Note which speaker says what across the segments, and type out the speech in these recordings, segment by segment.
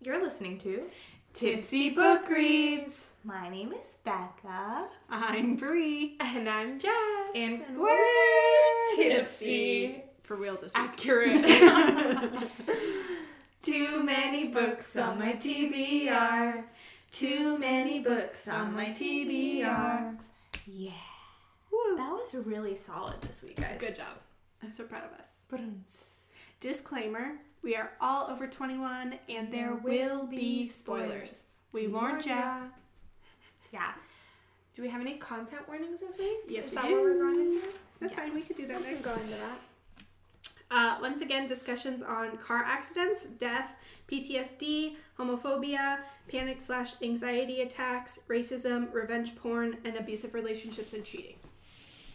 Speaker 1: You're listening to
Speaker 2: Tipsy Book Reads.
Speaker 1: My name is Becca.
Speaker 2: I'm Bree.
Speaker 3: And I'm Jess.
Speaker 1: And
Speaker 3: And
Speaker 1: we're
Speaker 3: tipsy.
Speaker 2: For real this week.
Speaker 3: accurate.
Speaker 2: Too many books on my TBR. Too many books on my TBR.
Speaker 1: Yeah.
Speaker 2: Woo.
Speaker 1: That was really solid this week, guys. um,
Speaker 3: Good job.
Speaker 2: I'm so proud of us.
Speaker 3: Ba-dum-ts.
Speaker 2: Disclaimer we are all over 21 and there will be spoilers. We warned ya.
Speaker 3: Yeah. Yeah. uh, Do we have any content warnings this week?
Speaker 2: Yes,
Speaker 3: Is
Speaker 2: we
Speaker 3: that
Speaker 2: do.
Speaker 3: what we're going into?
Speaker 2: That's fine, we could do that
Speaker 3: We can
Speaker 2: next.
Speaker 3: go into that.
Speaker 2: Uh, once again, discussions on car accidents, death, PTSD, homophobia, panic slash anxiety attacks, racism, revenge porn, and abusive relationships and cheating.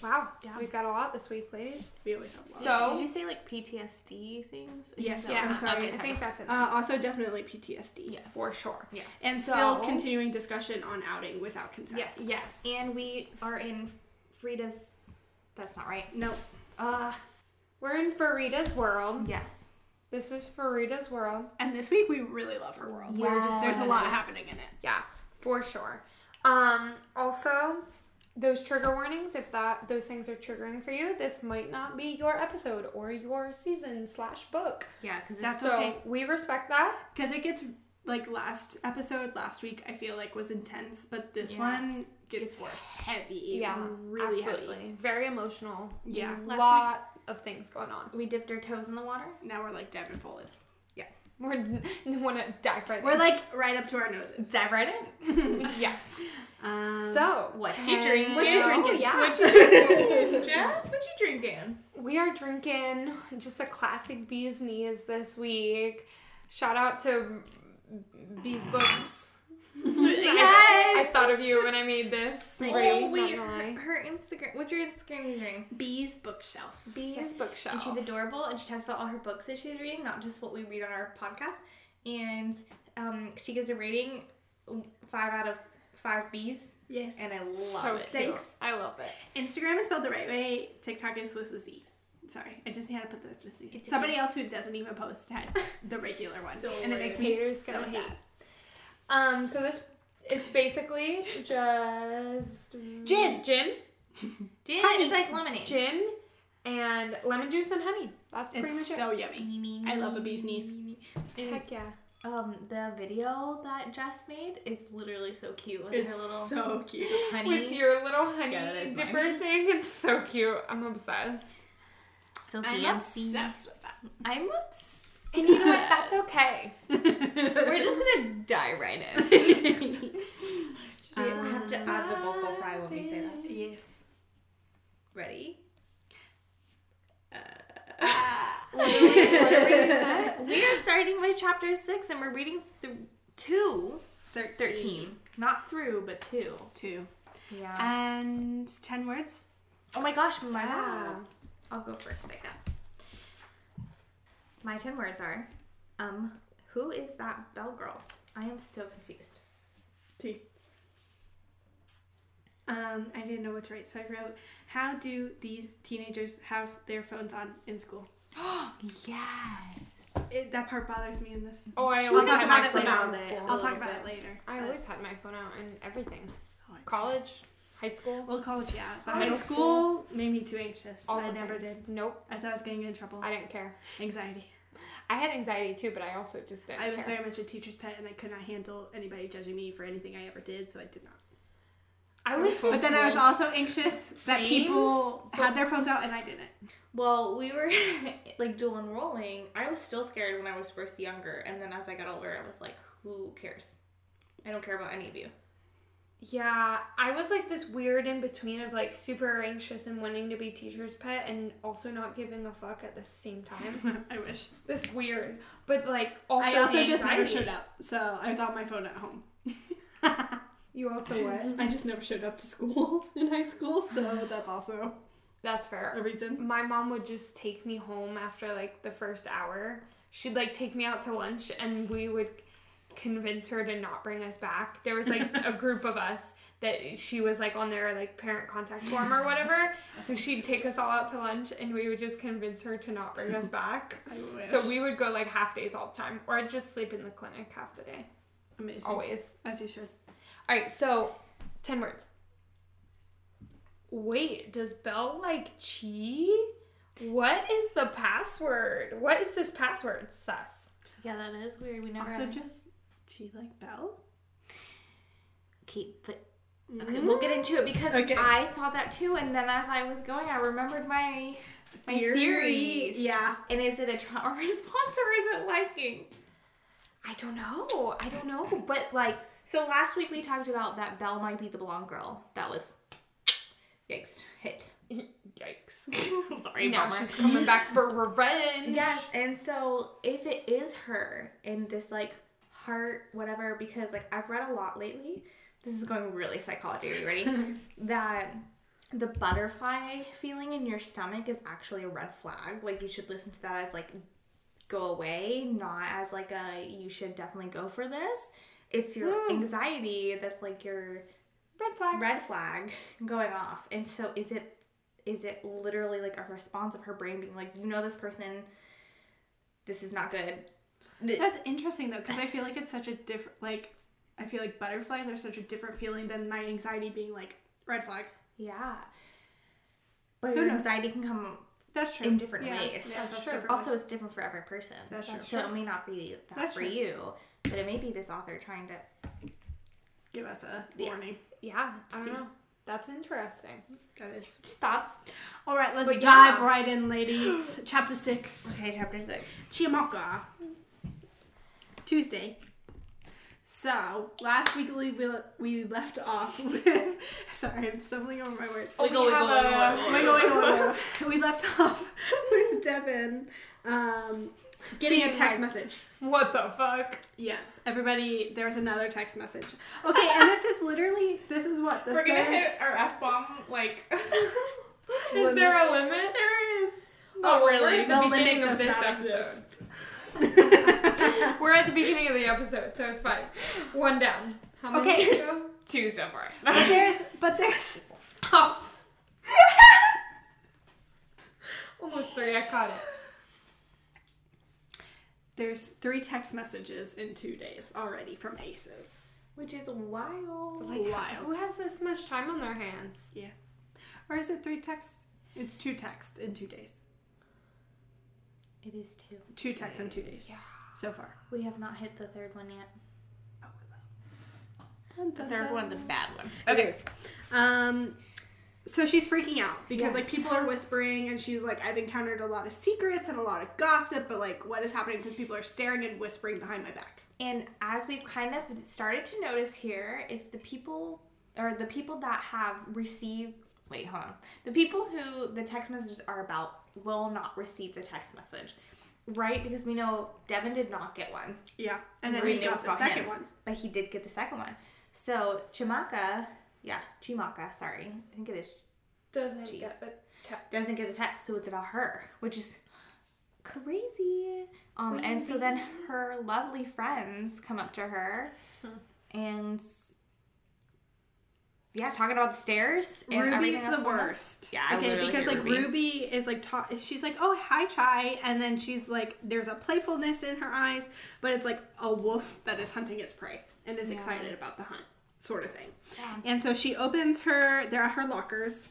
Speaker 3: Wow. Yeah. We've got a lot this week, ladies.
Speaker 2: We always have a lot.
Speaker 3: So-
Speaker 1: Did you say like PTSD things?
Speaker 2: Yes,
Speaker 1: No.
Speaker 2: I'm
Speaker 3: Yeah, Um,
Speaker 2: sorry.
Speaker 1: Okay,
Speaker 3: I think that's it.
Speaker 2: Uh, also, definitely PTSD.
Speaker 1: Yeah.
Speaker 3: For sure.
Speaker 1: Yes.
Speaker 2: And
Speaker 3: So-
Speaker 2: still continuing discussion on outing without consent.
Speaker 1: Yes.
Speaker 3: Yes.
Speaker 1: And we are in Frida's. That's not right.
Speaker 2: No.
Speaker 1: Uh,
Speaker 3: we're in Farida's world.
Speaker 1: yes.
Speaker 3: This is Farida's world.
Speaker 2: And this week we really love her world.
Speaker 1: We're just-
Speaker 2: There's a lot
Speaker 1: Yes.
Speaker 2: happening in it.
Speaker 3: Yeah, for sure. Um, also, those trigger warnings, if that those things are triggering for you, this might not be your episode or your season slash book.
Speaker 1: Yeah, because
Speaker 2: That's
Speaker 3: so
Speaker 2: okay.
Speaker 3: we respect that.
Speaker 2: Because it gets, like, last episode, last week, I feel like was intense, but this
Speaker 1: Yeah.
Speaker 2: one gets
Speaker 1: It's worse.
Speaker 2: heavy.
Speaker 3: yeah,
Speaker 2: Really
Speaker 3: absolutely.
Speaker 2: heavy.
Speaker 3: Very emotional.
Speaker 2: Yeah.
Speaker 1: Last
Speaker 3: lot of things going on.
Speaker 1: we dipped our toes in the water.
Speaker 2: Now we're like diving forward.
Speaker 3: We're want to dive right.
Speaker 2: We're
Speaker 3: in.
Speaker 2: like right up to our noses.
Speaker 1: Dive right in.
Speaker 3: yeah.
Speaker 2: Um,
Speaker 3: so
Speaker 1: What you
Speaker 3: can-
Speaker 1: drinking?
Speaker 3: What you
Speaker 1: Oh,
Speaker 3: drinking? Yeah.
Speaker 1: What you drinking? Jess, what you drinking?
Speaker 3: We are drinking just a classic Bee's Knees this week. Shout out to Bee's Books. I,
Speaker 1: Yes.
Speaker 3: I thought of you when I made this.
Speaker 1: Like,
Speaker 3: Really,
Speaker 1: oh, wait,
Speaker 3: not gonna
Speaker 1: her,
Speaker 3: lie.
Speaker 1: her Instagram. What's your Instagram username? Oh.
Speaker 2: Bee's bookshelf.
Speaker 3: Bee's Bookshelf.
Speaker 1: And she's adorable, and she talks about all her books that she's reading, not just what we read on our podcast. And um, she gives a rating five out of five B's,
Speaker 2: Yes.
Speaker 1: and I love
Speaker 3: so
Speaker 1: it.
Speaker 3: cute.
Speaker 2: Thanks.
Speaker 3: I love it.
Speaker 2: Instagram is spelled the right way. TikTok is with a Z. Sorry, I just had to put that just in.
Speaker 1: It's
Speaker 2: Somebody else who doesn't even post had the regular one,
Speaker 1: So
Speaker 2: and it makes me
Speaker 3: Haters
Speaker 2: so
Speaker 3: gonna
Speaker 2: hate.
Speaker 3: hate. Um, so this is basically just
Speaker 2: Gin.
Speaker 3: gin,
Speaker 1: Gin
Speaker 2: Honey.
Speaker 1: is like lemonade.
Speaker 3: gin, and lemon juice and honey. That's pretty
Speaker 2: It's
Speaker 3: much
Speaker 2: so yummy.
Speaker 1: Me, me,
Speaker 2: I love
Speaker 1: me,
Speaker 2: a bee's
Speaker 1: me,
Speaker 2: knees.
Speaker 1: me, me.
Speaker 3: it. Heck yeah.
Speaker 1: Um, the video that Jess made is literally so cute with
Speaker 2: It's
Speaker 1: her little
Speaker 2: so cute.
Speaker 1: honey.
Speaker 3: With your little honey
Speaker 1: Yeah, that is
Speaker 3: dipper
Speaker 1: mine.
Speaker 3: thing, it's so cute. I'm obsessed.
Speaker 1: so
Speaker 2: I'm
Speaker 1: fancy.
Speaker 2: obsessed with
Speaker 1: I'm obsessed.
Speaker 3: And you know what? That's okay.
Speaker 2: that.
Speaker 1: We're just gonna die right in.
Speaker 2: Um,
Speaker 1: I have to add the vocal fry when we say that.
Speaker 2: yes.
Speaker 1: Ready?
Speaker 3: What are we
Speaker 1: We are starting with chapter six, and we're reading th- two.
Speaker 2: Thirteen.
Speaker 1: Not through, but two.
Speaker 2: Two.
Speaker 1: Yeah.
Speaker 2: And ten words.
Speaker 1: oh my gosh, my
Speaker 3: Wow.
Speaker 1: I'll go first, I guess. My ten words are, um, who is that bell girl? I am so confused.
Speaker 2: T. Um, I didn't know what to write, so I wrote, "How do these teenagers have their phones on in school?"
Speaker 1: yeah.
Speaker 2: It, that part bothers me in this.
Speaker 3: Oh, I
Speaker 2: We'll
Speaker 3: always
Speaker 2: talk
Speaker 3: had
Speaker 2: about
Speaker 3: my
Speaker 2: it
Speaker 3: phone out
Speaker 1: later.
Speaker 3: in school.
Speaker 1: A
Speaker 2: I'll talk
Speaker 1: little
Speaker 2: about
Speaker 1: bit.
Speaker 2: it later.
Speaker 3: I
Speaker 2: but-
Speaker 3: always had my phone out in everything.
Speaker 2: Oh, I-
Speaker 3: College, high school,
Speaker 2: Well, college, yeah. But
Speaker 3: High
Speaker 2: high school,
Speaker 3: school.
Speaker 2: made me too anxious.
Speaker 3: all
Speaker 2: I
Speaker 3: the
Speaker 2: never
Speaker 3: things.
Speaker 2: did.
Speaker 3: Nope,
Speaker 2: I thought I was getting in trouble.
Speaker 3: I didn't care.
Speaker 2: Anxiety.
Speaker 3: I had anxiety too, but I also just didn't
Speaker 2: I was
Speaker 3: care.
Speaker 2: very much a teacher's pet, and I could not handle anybody judging me for anything I ever did, so I did not.
Speaker 3: I was.
Speaker 2: But then I was also anxious that
Speaker 3: Same,
Speaker 2: people had their phones out, and I didn't.
Speaker 1: Well, we were like dual enrolling. I was still scared when I was first younger, and then as I got older, I was like, who cares? I don't care about any of you.
Speaker 3: Yeah, I was like this weird in between of like super anxious and wanting to be teacher's pet and also not giving a fuck at the same time.
Speaker 2: I wish.
Speaker 3: this weird, but like also.
Speaker 2: I also just never
Speaker 3: anxiety.
Speaker 2: showed up, so I was on my phone at home.
Speaker 3: You also what?
Speaker 2: I just never showed up to school in high school, so that's also
Speaker 3: That's fair.
Speaker 2: a reason.
Speaker 3: my mom would just take me home after like the first hour. She'd like take me out to lunch and we would convince her to not bring us back. There was like a group of us that she was like on their like parent contact form or whatever. so she'd take us all out to lunch and we would just convince her to not bring us back.
Speaker 2: I wish.
Speaker 3: So we would go like half days all the time, or I'd just sleep in the clinic half the day,
Speaker 2: Amazing.
Speaker 3: always.
Speaker 2: As you should.
Speaker 3: All right, so ten words. Wait, does Belle like chi? What is the password? What is this password? Sus.
Speaker 1: Yeah, that is weird. We never
Speaker 2: Also,
Speaker 1: had-
Speaker 2: just she like Belle.
Speaker 1: keep but Okay, we'll get into it because
Speaker 2: Okay.
Speaker 1: I thought that too, and then as I was going, I remembered my my theories.
Speaker 2: Yeah.
Speaker 1: And is it a trauma response or is it liking?
Speaker 3: I don't know. I don't know, but like
Speaker 1: So last week we talked about that Belle might be the blonde girl. That was yikes hit.
Speaker 3: yikes.
Speaker 1: Sorry,
Speaker 3: Now
Speaker 1: bummer.
Speaker 3: she's coming back for revenge.
Speaker 1: Yes, and so if it is her and this like heart whatever, because like I've read a lot lately. This is going really psychology. Are you ready? that the butterfly feeling in your stomach is actually a red flag. Like you should listen to that as like go away, not as like a you should definitely go for this. It's your anxiety that's like your
Speaker 3: Red flag.
Speaker 1: red flag going off. And so is it is it literally like a response of her brain being like, you know this person, this is not good.
Speaker 2: That's interesting though, because I feel like it's such a different like. I feel like butterflies are such a different feeling than my anxiety being like red flag.
Speaker 1: Yeah. But
Speaker 2: Who
Speaker 1: your
Speaker 2: knows?
Speaker 1: anxiety can come
Speaker 2: That's true.
Speaker 1: in different
Speaker 2: Yeah,
Speaker 1: ways.
Speaker 2: Yeah, that's
Speaker 3: true.
Speaker 2: different.
Speaker 1: Also,
Speaker 2: ways.
Speaker 1: it's different for every person.
Speaker 2: That's true.
Speaker 1: So it may not be that
Speaker 2: That's
Speaker 1: for
Speaker 2: true.
Speaker 1: you, but it may be this author trying to.
Speaker 2: give us a
Speaker 1: Yeah.
Speaker 2: warning.
Speaker 3: Yeah, I don't know. That's interesting.
Speaker 2: That is.
Speaker 1: Just thoughts.
Speaker 2: All right, let's
Speaker 3: But yeah.
Speaker 2: dive right in, ladies. Chapter six.
Speaker 1: Okay, chapter six.
Speaker 2: Chiamaka. Tuesday. So last week we we left off with. Sorry, I'm stumbling over my words.
Speaker 1: Wiggle,
Speaker 3: Oh, we have
Speaker 1: wiggle,
Speaker 3: a-
Speaker 1: wiggle,
Speaker 2: Wait, wait, wait, wait. we left off with Devin um, getting a text message.
Speaker 3: What the fuck?
Speaker 2: Yes, everybody. There's another text message. Okay, and this is literally this is what the third-
Speaker 1: our f bomb like.
Speaker 3: Is there a limit?
Speaker 1: there is.
Speaker 3: Oh,
Speaker 2: Well,
Speaker 3: really?
Speaker 2: The,
Speaker 3: The
Speaker 2: limit
Speaker 3: beginning of
Speaker 2: does
Speaker 3: this
Speaker 2: not
Speaker 3: episode.
Speaker 2: exist.
Speaker 3: We're at the beginning of the episode, so it's fine. One down. How many
Speaker 2: Okay.
Speaker 3: do you go?
Speaker 1: Two so far.
Speaker 2: But there's, but there's.
Speaker 3: Oh. Almost three. I caught it.
Speaker 2: There's three text messages in two days already from Aces.
Speaker 1: Which is
Speaker 2: Oh
Speaker 1: wild.
Speaker 3: Like,
Speaker 2: Wild.
Speaker 3: who has this much time on their hands?
Speaker 2: Yeah. Or is it three texts? It's two texts in two days.
Speaker 1: It is two.
Speaker 2: Two texts in two days.
Speaker 3: Yeah.
Speaker 2: So far.
Speaker 1: We have not hit the third one yet.
Speaker 2: Oh,
Speaker 1: The third one's a bad one.
Speaker 2: Okay. Um, so she's freaking out because like
Speaker 1: Yes.
Speaker 2: people are whispering, and she's like, "I've encountered a lot of secrets and a lot of gossip, but like, what is happening? Because people are staring and whispering behind my back."
Speaker 1: And as we've kind of started to notice here, is the people or the people that have received wait, hold on. The people who the text messages are about will not receive the text message. Right? Because we know Devin did not get one.
Speaker 2: Yeah. And then
Speaker 1: Marie
Speaker 2: he got
Speaker 1: knows
Speaker 2: the
Speaker 1: about him,
Speaker 2: second one.
Speaker 1: But he did get the second one. So Chimaka yeah, Chimaka, sorry. I think it is
Speaker 3: Doesn't
Speaker 1: Gee.
Speaker 3: get the text.
Speaker 1: doesn't get a text, so it's about her, which is crazy. Um, and so then her lovely friends come up to her
Speaker 2: Hmm.
Speaker 1: and yeah, talking about the stairs. And everything
Speaker 2: Ruby's
Speaker 1: that's
Speaker 2: the
Speaker 1: going on.
Speaker 2: worst.
Speaker 1: Yeah, I
Speaker 2: Okay,
Speaker 1: literally
Speaker 2: because
Speaker 1: hate
Speaker 2: like Ruby.
Speaker 1: Ruby.
Speaker 2: is like ta- she's like, "Oh, hi, Chai," and then she's like, "There's a playfulness in her eyes, but it's like a wolf that is hunting its prey and is excited about the hunt, sort of thing." And so she opens her. They're at her lockers.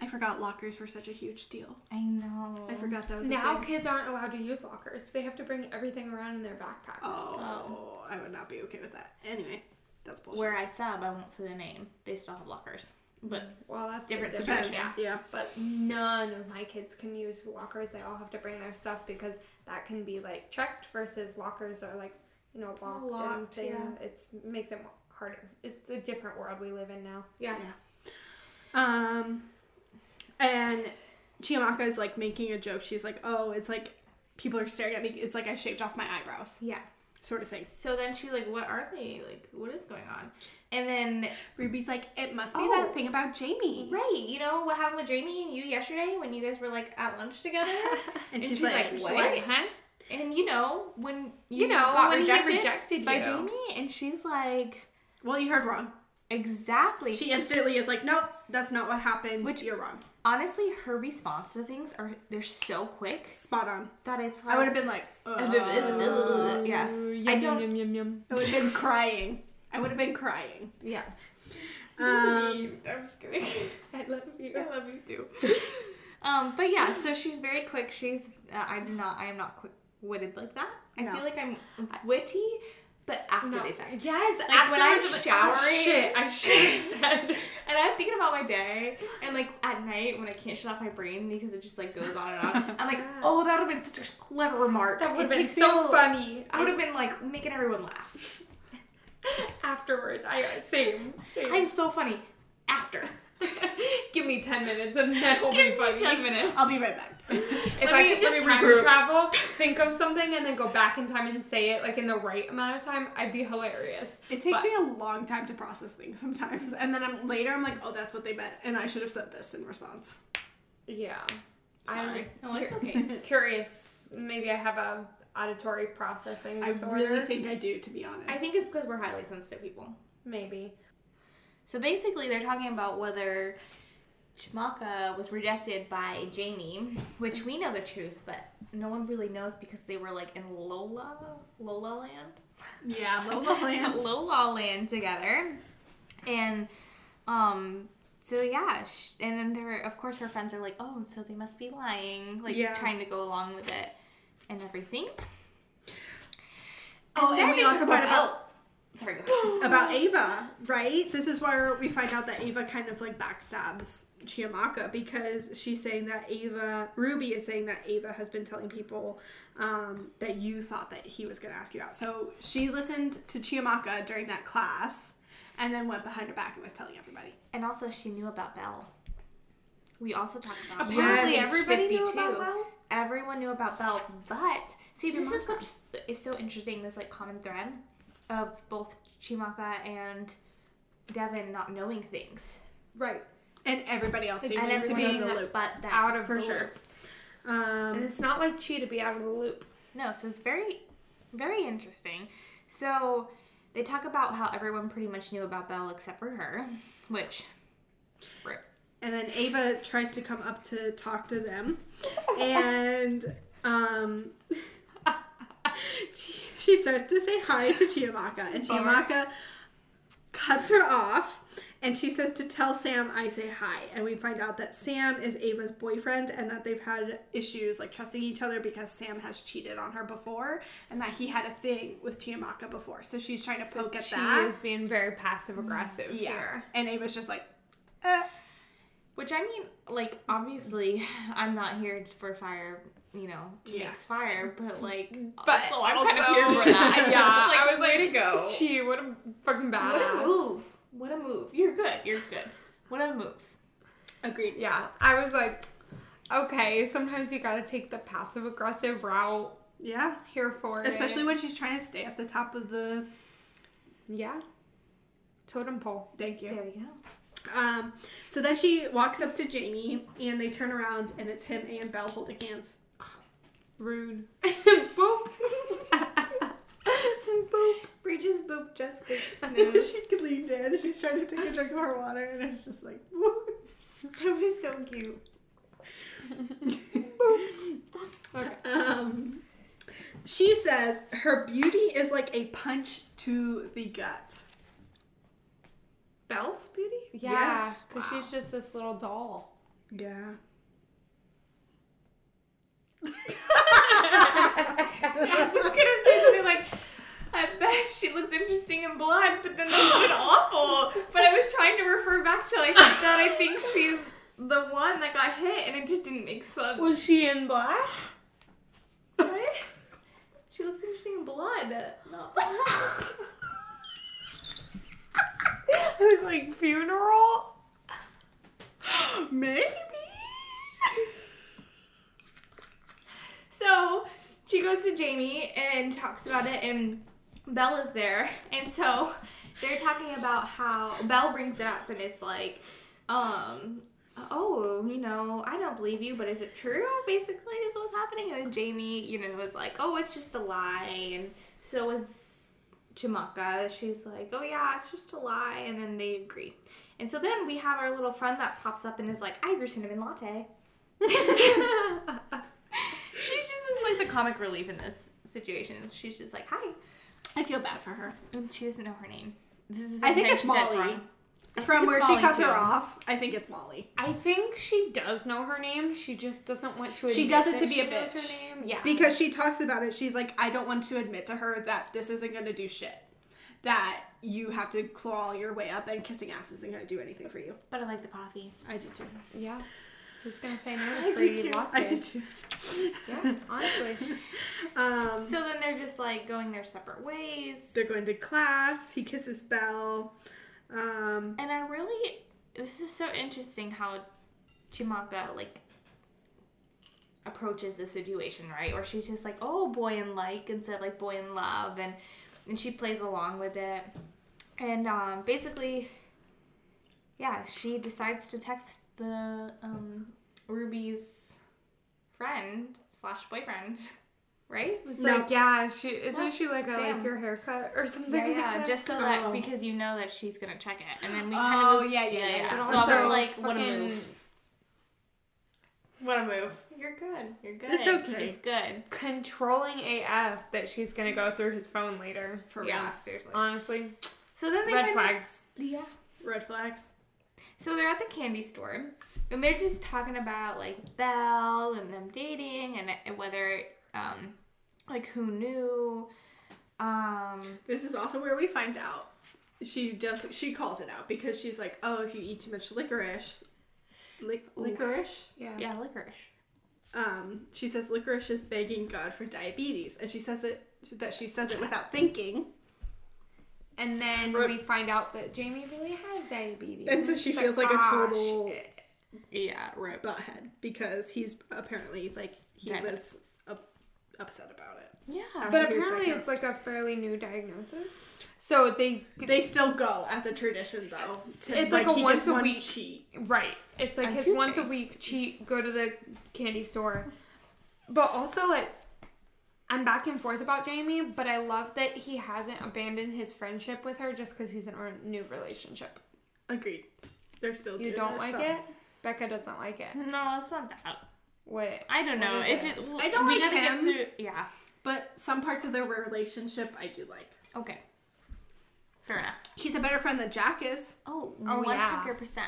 Speaker 2: I forgot lockers were such a huge deal.
Speaker 1: I know.
Speaker 2: Oh. I forgot that was
Speaker 3: Now
Speaker 2: A thing.
Speaker 3: kids aren't allowed to use lockers. They have to bring everything around in their backpack.
Speaker 2: Oh, I would not be okay with that. Anyway, that's bullshit.
Speaker 1: Where I sub, I won't say the name. They still have lockers, but
Speaker 3: Well, that's
Speaker 1: Different
Speaker 3: different.
Speaker 2: Depends.
Speaker 3: different. Yeah.
Speaker 2: yeah.
Speaker 3: But none of my kids can use lockers. They all have to bring their stuff because that can be like checked versus lockers are like, you know, locked, and
Speaker 2: Locked,
Speaker 3: thing.
Speaker 2: yeah.
Speaker 3: It's makes it more harder. It's a different world we live in now.
Speaker 2: Yeah. Um, and Chiamaka is like making a joke. She's like, "Oh, it's like people are staring at me. It's like I shaved off my eyebrows,
Speaker 3: Yeah.
Speaker 2: sort of thing."
Speaker 1: so then she's like, "What are they like? What is going on?" And then
Speaker 2: Ruby's like, "It must be
Speaker 1: Oh.
Speaker 2: that thing about Jamie."
Speaker 1: right, you know what happened with Jamie and you yesterday when you guys were like at lunch together,
Speaker 2: And she's like,
Speaker 1: "What?"
Speaker 3: huh?
Speaker 1: And you know when you,
Speaker 3: You know,
Speaker 1: got
Speaker 3: when he
Speaker 1: rejected,
Speaker 3: rejected
Speaker 1: by
Speaker 3: you.
Speaker 1: Jamie, and she's like,
Speaker 2: Well, you heard wrong.
Speaker 1: Exactly.
Speaker 2: She instantly is like, nope, that's not what happened.
Speaker 1: Which-
Speaker 2: You're wrong.
Speaker 1: Honestly, her response to things are they're so quick
Speaker 2: Spot on.
Speaker 1: that it's like
Speaker 2: I would have been like, uh,
Speaker 1: yeah.
Speaker 3: Yum,
Speaker 1: I don't-
Speaker 3: Yum, yum, yum.
Speaker 2: I would have been crying. I would have been crying.
Speaker 1: Yes.
Speaker 2: Um,
Speaker 1: I'm just kidding.
Speaker 3: I love you.
Speaker 1: love you too. um, but yeah, so she's very quick. She's uh, I'm not I am not quick witted like that. I
Speaker 2: No.
Speaker 1: feel like I'm witty, but after
Speaker 3: No.
Speaker 1: the fact.
Speaker 3: Yes,
Speaker 1: Like when I was
Speaker 3: afterwards, I'm like, oh,
Speaker 1: showering,
Speaker 3: shit.
Speaker 1: I should have said. And I was thinking about my day, and like at night when I can't shut off my brain because it just like goes on and on. I'm like,
Speaker 3: Yeah.
Speaker 1: oh, that would have been such a clever remark.
Speaker 3: That would
Speaker 1: It
Speaker 3: have been
Speaker 1: takes
Speaker 3: so
Speaker 1: me-
Speaker 3: funny.
Speaker 1: I would have been like making everyone laugh.
Speaker 3: afterwards. I same. same.
Speaker 1: I'm so funny. After
Speaker 3: Give me ten minutes and then it'll be funny.
Speaker 1: minutes,
Speaker 2: I'll be right back.
Speaker 3: If
Speaker 1: Let
Speaker 3: I
Speaker 1: me
Speaker 3: could
Speaker 1: just
Speaker 3: just
Speaker 1: time
Speaker 3: time
Speaker 1: regroup.
Speaker 3: travel, think of something, and then go back in time and say it like in the right amount of time, I'd be hilarious.
Speaker 2: It takes
Speaker 3: But-
Speaker 2: me a long time to process things sometimes, and then I'm later. I'm like, oh, that's what they meant, and I should have said this in response.
Speaker 3: Yeah.
Speaker 1: Sorry.
Speaker 3: I'm
Speaker 1: No, it's
Speaker 3: cur-
Speaker 1: okay.
Speaker 3: curious. Maybe I have a auditory processing
Speaker 2: I
Speaker 3: disorder.
Speaker 2: really think I do, to be honest.
Speaker 1: I think it's because we're highly sensitive people.
Speaker 3: Maybe.
Speaker 1: So basically, they're talking about whether Chimaka was rejected by Jamie, which we know the truth, but no one really knows because they were like in Lola, Lola Land,
Speaker 2: yeah, Lola Land.
Speaker 1: Lola Land together, and um. So yeah, sh- and then they're of course her friends are like, oh, so they must be lying, like
Speaker 2: Yeah.
Speaker 1: trying to go along with it and everything.
Speaker 2: Oh, and
Speaker 1: Then
Speaker 2: we
Speaker 1: they
Speaker 2: also
Speaker 1: talk
Speaker 2: find out
Speaker 1: Sorry. Go ahead.
Speaker 2: about Ava, right? This is where we find out that Ava kind of like backstabs Chiamaka because she's saying that Ava, Ruby is saying that Ava has been telling people um, that you thought that he was going to ask you out. So she listened to Chiamaka during that class and then went behind her back and was telling everybody.
Speaker 1: And also, she knew about Belle. We also talked about Belle.
Speaker 3: Apparently,
Speaker 2: Yes.
Speaker 3: everybody knew about Belle.
Speaker 1: Everyone knew about Belle, but see, this is what is so interesting. This like common thread of both Chimaka and Devin not knowing things
Speaker 3: Right.
Speaker 2: And everybody else seemed
Speaker 1: and
Speaker 2: to
Speaker 1: everyone
Speaker 2: be in
Speaker 1: else
Speaker 2: the
Speaker 1: that,
Speaker 2: loop.
Speaker 1: but that
Speaker 3: Out of
Speaker 2: For
Speaker 3: the
Speaker 2: sure.
Speaker 3: loop. And
Speaker 2: Um,
Speaker 3: it's not like Chi to be out of the loop.
Speaker 1: No, so it's very, very interesting. So they talk about how everyone pretty much knew about Belle except for her, which. Right.
Speaker 2: and then Ava tries to come up to talk to them, and um, she, she starts to say hi to Chiamaka, and Chiamaka cuts her off, and she says to tell Sam I say hi, and we find out that Sam is Ava's boyfriend, and that they've had issues like trusting each other because Sam has cheated on her before, and that he had a thing with Chiamaka before, so she's trying to poke at
Speaker 3: she
Speaker 2: that.
Speaker 3: is being very passive aggressive
Speaker 2: yeah,
Speaker 3: here.
Speaker 2: and Ava's just like, uh,
Speaker 1: Which I mean, like obviously, I'm not here for fire, you know, to
Speaker 2: Yeah.
Speaker 1: mix fire, but like,
Speaker 3: But
Speaker 1: also, I'm kind of
Speaker 3: also-
Speaker 1: here for that.
Speaker 3: Yeah,
Speaker 1: It's
Speaker 3: I was
Speaker 1: way
Speaker 3: like,
Speaker 1: to go.
Speaker 3: Chi, what a fucking badass.
Speaker 1: Oh. What a move! What a move! You're good. You're good. What a move!
Speaker 2: agreed.
Speaker 3: Yeah, I was like, okay, sometimes you gotta take the passive aggressive route
Speaker 2: Yeah.
Speaker 3: here for
Speaker 2: Especially
Speaker 3: it.
Speaker 2: when she's trying to stay at the top of the.
Speaker 3: yeah, totem pole.
Speaker 2: Thank you.
Speaker 1: There you go.
Speaker 2: Um, so then she walks up to Jamie, and they turn around, and it's him and Belle holding hands.
Speaker 3: Rude. Boop. Boop.
Speaker 1: Bridges boop just
Speaker 2: she leaned in. She's trying to take a drink of her water, and it's just like.
Speaker 1: That was so cute.
Speaker 3: Okay.
Speaker 2: um, she says her beauty is like a punch to the gut.
Speaker 1: Belle's beauty.
Speaker 3: Yeah,
Speaker 2: Yes.
Speaker 3: because she's just this little doll.
Speaker 2: Yeah.
Speaker 1: I was gonna say something like, I bet she looks interesting in blood, but then that's been awful. But I was trying to refer back to like that. I think she's the one that got hit, and it just didn't make sense.
Speaker 3: Was she in black?
Speaker 1: What? She looks interesting in blood. No.
Speaker 3: It was like funeral.
Speaker 2: Maybe.
Speaker 1: So she goes to Jamie and talks about it, and Belle is there, and so they're talking about how Belle brings it up, and it's like, um, oh, you know, I don't believe you, but is it true? Basically, is what's happening, and then Jamie, you know, is like, oh, it's just a lie, and so is. Chi- Jamaica. She's like, oh yeah, it's just a lie. And then they agree. And so then we have our little friend that pops up and is like, I have your cinnamon latte. She just is like the comic relief in this situation. She's just like, hi.
Speaker 2: I feel bad for her.
Speaker 1: And she doesn't know her name. This is the
Speaker 2: I think
Speaker 1: second
Speaker 2: it's
Speaker 1: time she said
Speaker 2: Molly.
Speaker 1: wrong.
Speaker 2: From
Speaker 1: it's
Speaker 2: where she
Speaker 1: Molly,
Speaker 2: cuts
Speaker 1: too.
Speaker 2: her off, I think it's Molly.
Speaker 3: I think she does know her name. She just doesn't want to.
Speaker 2: She
Speaker 3: admit
Speaker 2: does it
Speaker 3: that
Speaker 2: to be
Speaker 3: she
Speaker 2: a
Speaker 3: knows
Speaker 2: bitch.
Speaker 3: Her name. Yeah.
Speaker 2: Because she talks about it, she's like, I don't want to admit to her that this isn't going to do shit. That you have to claw your way up and kissing ass isn't going to do anything for you.
Speaker 1: But I like the coffee.
Speaker 2: I do too.
Speaker 3: yeah. Who's gonna say no
Speaker 2: I
Speaker 3: to free
Speaker 2: do too.
Speaker 3: lattes?
Speaker 2: I do too.
Speaker 3: Yeah. Honestly.
Speaker 2: Um,
Speaker 1: so then they're just like going their separate ways.
Speaker 2: they're going to class. He kisses Belle. Um,
Speaker 1: And I really, this is so interesting how Chimaka like approaches the situation, right? Or she's just like, oh, boy in like instead of like boy in love, and and she plays along with it. And um, basically, yeah, she decides to text the um, Ruby's friend slash boyfriend, right?
Speaker 3: It's
Speaker 2: No.
Speaker 3: like yeah. She isn't
Speaker 1: No,
Speaker 3: she like I
Speaker 1: Sam.
Speaker 3: like your haircut or something.
Speaker 1: Yeah,
Speaker 3: like
Speaker 1: yeah,
Speaker 3: that?
Speaker 1: just so that
Speaker 2: Oh.
Speaker 1: because you know that she's gonna check it, and then we kind
Speaker 2: oh,
Speaker 1: of
Speaker 2: yeah, yeah, yeah.
Speaker 1: yeah.
Speaker 3: But
Speaker 1: So I was
Speaker 3: also,
Speaker 1: like, what a
Speaker 3: fucking-
Speaker 1: move. What a move. You're good. You're good.
Speaker 2: It's okay.
Speaker 1: It's good.
Speaker 3: controlling AF that she's gonna go through his phone later.
Speaker 1: For
Speaker 2: Yeah.
Speaker 1: real, seriously.
Speaker 3: Honestly,
Speaker 1: So then they
Speaker 3: red
Speaker 1: find-
Speaker 3: flags.
Speaker 1: Yeah.
Speaker 2: Red flags.
Speaker 1: So they're at the candy store, and they're just talking about like Belle and them dating, and, and whether um, like who knew, um,
Speaker 2: This is also where we find out. She does. She calls it out because she's like, "Oh, if you eat too much licorice, lic- licorice."
Speaker 3: Yeah.
Speaker 1: yeah, licorice.
Speaker 2: Um, she says licorice is begging God for diabetes, and she says it that she says it without thinking,
Speaker 3: And then
Speaker 2: Right.
Speaker 3: we find out that Jamie really has diabetes.
Speaker 2: and so she
Speaker 3: It's
Speaker 2: feels like a
Speaker 3: "Ah,
Speaker 2: total
Speaker 3: shit."
Speaker 1: Yeah, rip.
Speaker 2: butthead because he's apparently like he
Speaker 1: Diabetic.
Speaker 2: was up, upset about it.
Speaker 1: Yeah.
Speaker 3: But
Speaker 2: He was
Speaker 3: apparently, it's like
Speaker 2: diagnosed.
Speaker 3: a fairly new diagnosis. So they,
Speaker 2: They still go as a tradition though. to,
Speaker 3: It's like a
Speaker 2: he gets
Speaker 3: once a
Speaker 2: one
Speaker 3: week-
Speaker 2: cheat.
Speaker 3: right. It's like
Speaker 1: On
Speaker 3: his
Speaker 1: Tuesday.
Speaker 3: once a week cheat, go to the candy store. But also, like, I'm back and forth about Jamie, but I love that he hasn't abandoned his friendship with her just because he's in a new relationship.
Speaker 2: Agreed. They're still.
Speaker 3: You
Speaker 2: doing
Speaker 3: don't
Speaker 2: their
Speaker 3: like
Speaker 2: stuff.
Speaker 3: it? Becca doesn't like it.
Speaker 1: No, it's not that.
Speaker 3: What?
Speaker 1: I don't
Speaker 3: What
Speaker 1: know.
Speaker 3: is
Speaker 1: It's
Speaker 3: it?
Speaker 1: just
Speaker 2: I don't
Speaker 1: we
Speaker 2: like
Speaker 1: gotta get
Speaker 2: him.
Speaker 1: through. Yeah.
Speaker 2: But some parts of their relationship I do like.
Speaker 1: Okay. Fair enough.
Speaker 2: He's a better friend than Jack is.
Speaker 1: Oh,
Speaker 3: Oh, yeah.
Speaker 1: 100%.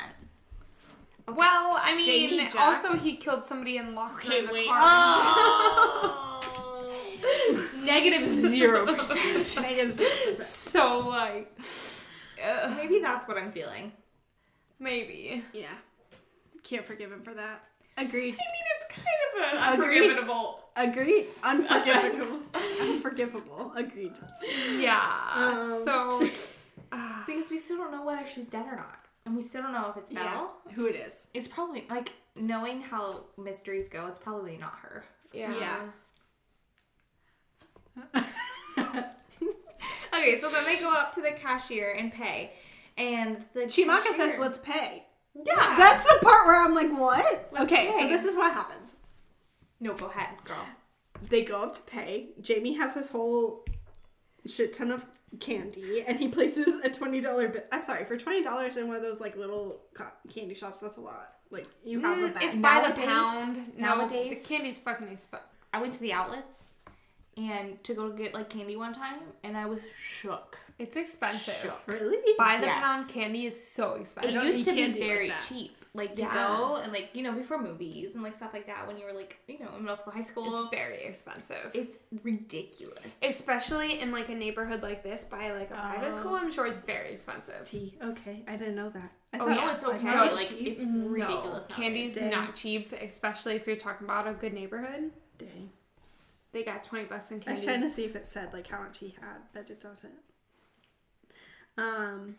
Speaker 3: Well, I
Speaker 2: Jamie
Speaker 3: mean,
Speaker 2: Jack. Ah.
Speaker 3: also he killed somebody and locked her in the car.
Speaker 1: Negative 0%.
Speaker 2: Negative
Speaker 3: So like, ugh,
Speaker 1: Maybe that's what I'm feeling.
Speaker 3: maybe.
Speaker 2: Yeah. Can't forgive him for that. Agreed.
Speaker 1: I mean, it's kind of a
Speaker 2: Agreed.
Speaker 1: unforgivable.
Speaker 2: Agreed. Unforgivable. Unforgivable. Agreed.
Speaker 3: Yeah.
Speaker 2: Um.
Speaker 3: So, ah,
Speaker 1: Uh, Because we still don't know whether she's dead or not. And we still don't know if it's Belle.
Speaker 2: Yeah. Who it is.
Speaker 1: It's probably, like, knowing how mysteries go, it's probably not her.
Speaker 3: yeah.
Speaker 2: Yeah.
Speaker 1: Okay, so then they go up to the cashier and pay. And the
Speaker 2: Chimaka
Speaker 1: cashier-
Speaker 2: says, let's pay.
Speaker 1: Yeah.
Speaker 2: That's the part where I'm like, what? okay, so
Speaker 1: pay.
Speaker 2: this is what happens.
Speaker 1: no, go ahead, girl.
Speaker 2: They go up to pay. Jamie has his whole shit ton of candy, and he places a twenty dollar. bill. I'm sorry for twenty dollars in one of those like little co- candy shops. That's a lot. Like you have a
Speaker 3: Mm, it's
Speaker 2: bag.
Speaker 3: by
Speaker 1: Nowadays-
Speaker 3: the pound. No,
Speaker 1: nowadays-
Speaker 3: the candy's fucking expensive.
Speaker 1: I went to the outlets and to go get like candy one time and I was shook.
Speaker 3: It's expensive.
Speaker 1: Shook.
Speaker 2: Really?
Speaker 3: By the
Speaker 1: Yes.
Speaker 3: pound candy is so
Speaker 1: It
Speaker 3: expensive.
Speaker 2: don't
Speaker 1: used
Speaker 2: eat
Speaker 1: to be
Speaker 2: candy like
Speaker 1: very
Speaker 2: that.
Speaker 1: cheap. Like to
Speaker 3: Yeah.
Speaker 1: go and like, you know, before movies and like stuff like that when you were like, you know, in middle school, high school.
Speaker 3: It's very expensive.
Speaker 1: It's, ridiculous.
Speaker 3: Especially in like a neighborhood like this, by like a private
Speaker 2: Oh.
Speaker 3: school, I'm sure it's very expensive.
Speaker 2: Tea. Okay, I didn't know that. I
Speaker 3: Oh,
Speaker 1: no,
Speaker 2: thought-
Speaker 3: yeah.
Speaker 1: it's
Speaker 2: I
Speaker 1: okay.
Speaker 2: thought it was
Speaker 1: like
Speaker 2: cheap.
Speaker 1: it's
Speaker 3: No,
Speaker 1: ridiculous.
Speaker 3: candy's
Speaker 2: Dang.
Speaker 3: not cheap, especially if you're talking about a good neighborhood.
Speaker 2: Dang.
Speaker 3: They got twenty bucks in
Speaker 2: I was
Speaker 3: candy.
Speaker 2: trying to see if it said like how much he had, but it doesn't. Um.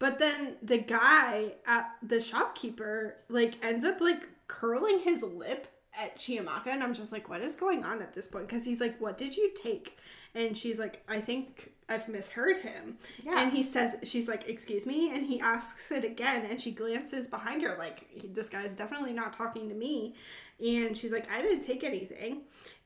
Speaker 2: But then the guy at the shopkeeper like ends up like curling his lip at Chiyamaka, and I'm just like, what is going on at this point? Because he's like, what did you take? And she's like, I think I've misheard him.
Speaker 1: Yeah.
Speaker 2: And he says, she's like, excuse me, and he asks it again, and she glances behind her like, this guy's definitely not talking to me, and she's like, I didn't take anything.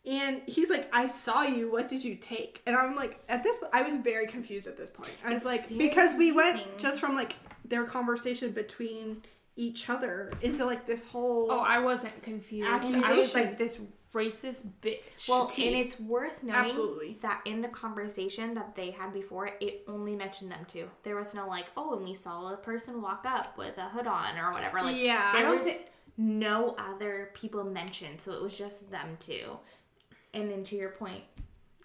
Speaker 2: And he's like, I saw you. What did you take? And I'm like, at this, I was very confused at this point. I was like,
Speaker 1: very
Speaker 2: because we went
Speaker 1: confusing.
Speaker 2: just from like their conversation between each other into like this whole.
Speaker 3: Oh, I wasn't confused. I was
Speaker 2: Accusation.
Speaker 3: like this racist bitch.
Speaker 1: Well,
Speaker 2: Tea.
Speaker 1: and it's worth noting
Speaker 2: Absolutely.
Speaker 1: that in the conversation that they had before, it only mentioned them two. There was no like, oh, and we saw a person walk up with a hood on or whatever. Like,
Speaker 2: Yeah, I
Speaker 1: there
Speaker 3: don't
Speaker 1: was
Speaker 3: thi-
Speaker 1: no other people mentioned, so it was just them two. And then to your point,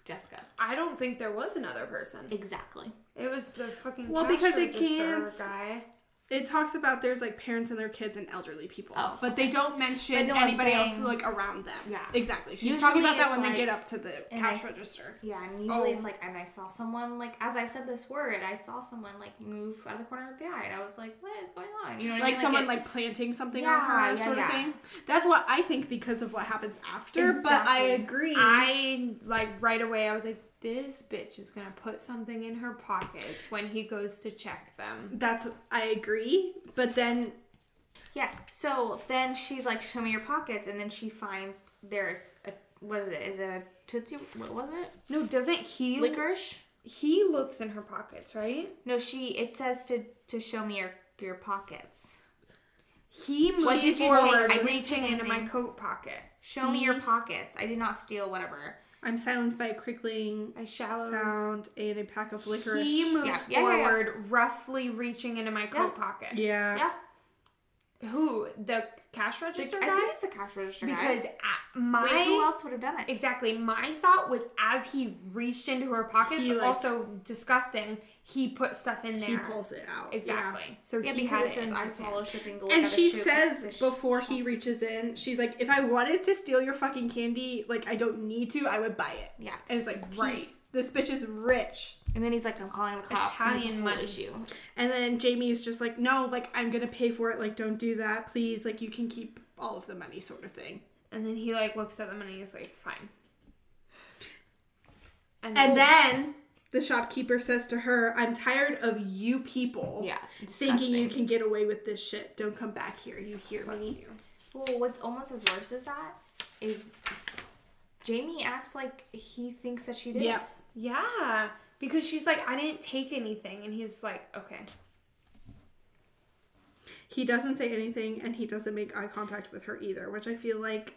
Speaker 1: Jessica,
Speaker 3: I don't think there was another person.
Speaker 1: exactly.
Speaker 3: It was the fucking
Speaker 2: Well, because
Speaker 3: pasture
Speaker 2: it can't-
Speaker 3: disturbed guy.
Speaker 2: it talks about there's like parents and their kids and elderly people,
Speaker 1: Oh,
Speaker 2: but they don't mention
Speaker 1: But no, I'm
Speaker 2: anybody else
Speaker 1: saying-
Speaker 2: like around them.
Speaker 1: Yeah.
Speaker 2: exactly. She's
Speaker 1: Usually
Speaker 2: talking about that
Speaker 1: it's
Speaker 2: when
Speaker 1: like-
Speaker 2: they get up to the
Speaker 1: and I
Speaker 2: cash
Speaker 1: s-
Speaker 2: register.
Speaker 1: Yeah, and usually
Speaker 3: Oh.
Speaker 1: it's like, and I saw someone like, as I said this word, I saw someone like move out of the corner of the eye, and I was like, what is going on? You know, what I
Speaker 2: Like
Speaker 1: mean?
Speaker 2: someone
Speaker 1: it-
Speaker 2: like planting something on
Speaker 1: Yeah,
Speaker 2: her
Speaker 1: yeah,
Speaker 2: sort of
Speaker 1: yeah.
Speaker 2: thing. That's what I think because of what happens after. But I
Speaker 1: Exactly.
Speaker 2: agree.
Speaker 3: I like right away. I was like, this bitch is gonna put something in her pockets when he goes to check them.
Speaker 2: That's I agree. But then
Speaker 1: Yes. So then she's like, "Show me your pockets," and then she finds there's a what is it? Is it a tootsie? What was it?
Speaker 3: No, doesn't he?
Speaker 1: Licorice?
Speaker 3: He looks in her pockets, right?
Speaker 1: No, she. It says to to show me your your pockets.
Speaker 3: He
Speaker 1: What
Speaker 3: moves
Speaker 1: did you
Speaker 3: forward,
Speaker 1: take? I didn't
Speaker 3: reaching
Speaker 1: take
Speaker 3: into my
Speaker 1: anything.
Speaker 3: coat pocket.
Speaker 1: Show me your
Speaker 2: See?
Speaker 1: pockets. I did not steal whatever.
Speaker 2: I'm silenced by a crickling
Speaker 3: I
Speaker 1: Um,
Speaker 3: shallow.
Speaker 2: sound and a pack of licorice.
Speaker 3: He moves
Speaker 1: Yeah, yeah, yeah, yeah.
Speaker 3: forward, roughly reaching into my coat pocket.
Speaker 2: yeah.
Speaker 1: Yeah.
Speaker 3: Who? The cash
Speaker 1: I
Speaker 3: register guy?
Speaker 1: think it's the cash register guy.
Speaker 3: Because I, my
Speaker 1: Wait, who else would have done it?
Speaker 3: exactly my thought was as he reached into her pockets,
Speaker 2: He, like-
Speaker 3: also disgusting. He put stuff in there.
Speaker 2: He pulls it out.
Speaker 3: exactly. So
Speaker 1: Yeah,
Speaker 3: he had
Speaker 1: because it
Speaker 3: it
Speaker 1: says
Speaker 3: in
Speaker 1: I
Speaker 3: his
Speaker 1: swallow
Speaker 3: hand.
Speaker 1: shipping
Speaker 2: Yeah.
Speaker 1: gold.
Speaker 2: And
Speaker 1: out of
Speaker 2: she
Speaker 1: shoe
Speaker 2: says
Speaker 1: boxes.
Speaker 2: before he reaches in, she's like, if I wanted to steal your fucking candy, like I don't need to, I would buy it.
Speaker 1: Yeah.
Speaker 2: And it's like, right.
Speaker 3: Right.
Speaker 2: This bitch is rich.
Speaker 1: And then he's like, "I'm calling the cops."
Speaker 3: Italian
Speaker 1: Italian
Speaker 3: money.
Speaker 1: money issue.
Speaker 2: And then Jamie's just like, no, like I'm gonna pay for it. Like don't do that, please. Like you can keep all of the money, sort of thing.
Speaker 3: And then he like looks at them and he's like, "Fine."
Speaker 2: And then the shopkeeper says to her, I'm tired of you people.
Speaker 1: Yeah.
Speaker 2: thinking you
Speaker 1: disgusting.
Speaker 2: can get away with this shit. Don't come back here. You hear me?
Speaker 1: Well, what's almost as worse as that is Jamie acts like he thinks that she did. it.
Speaker 2: Yeah.
Speaker 3: yeah, because she's like, "I didn't take anything," and he's like, "Okay."
Speaker 2: He doesn't say anything and he doesn't make eye contact with her either, which I feel like.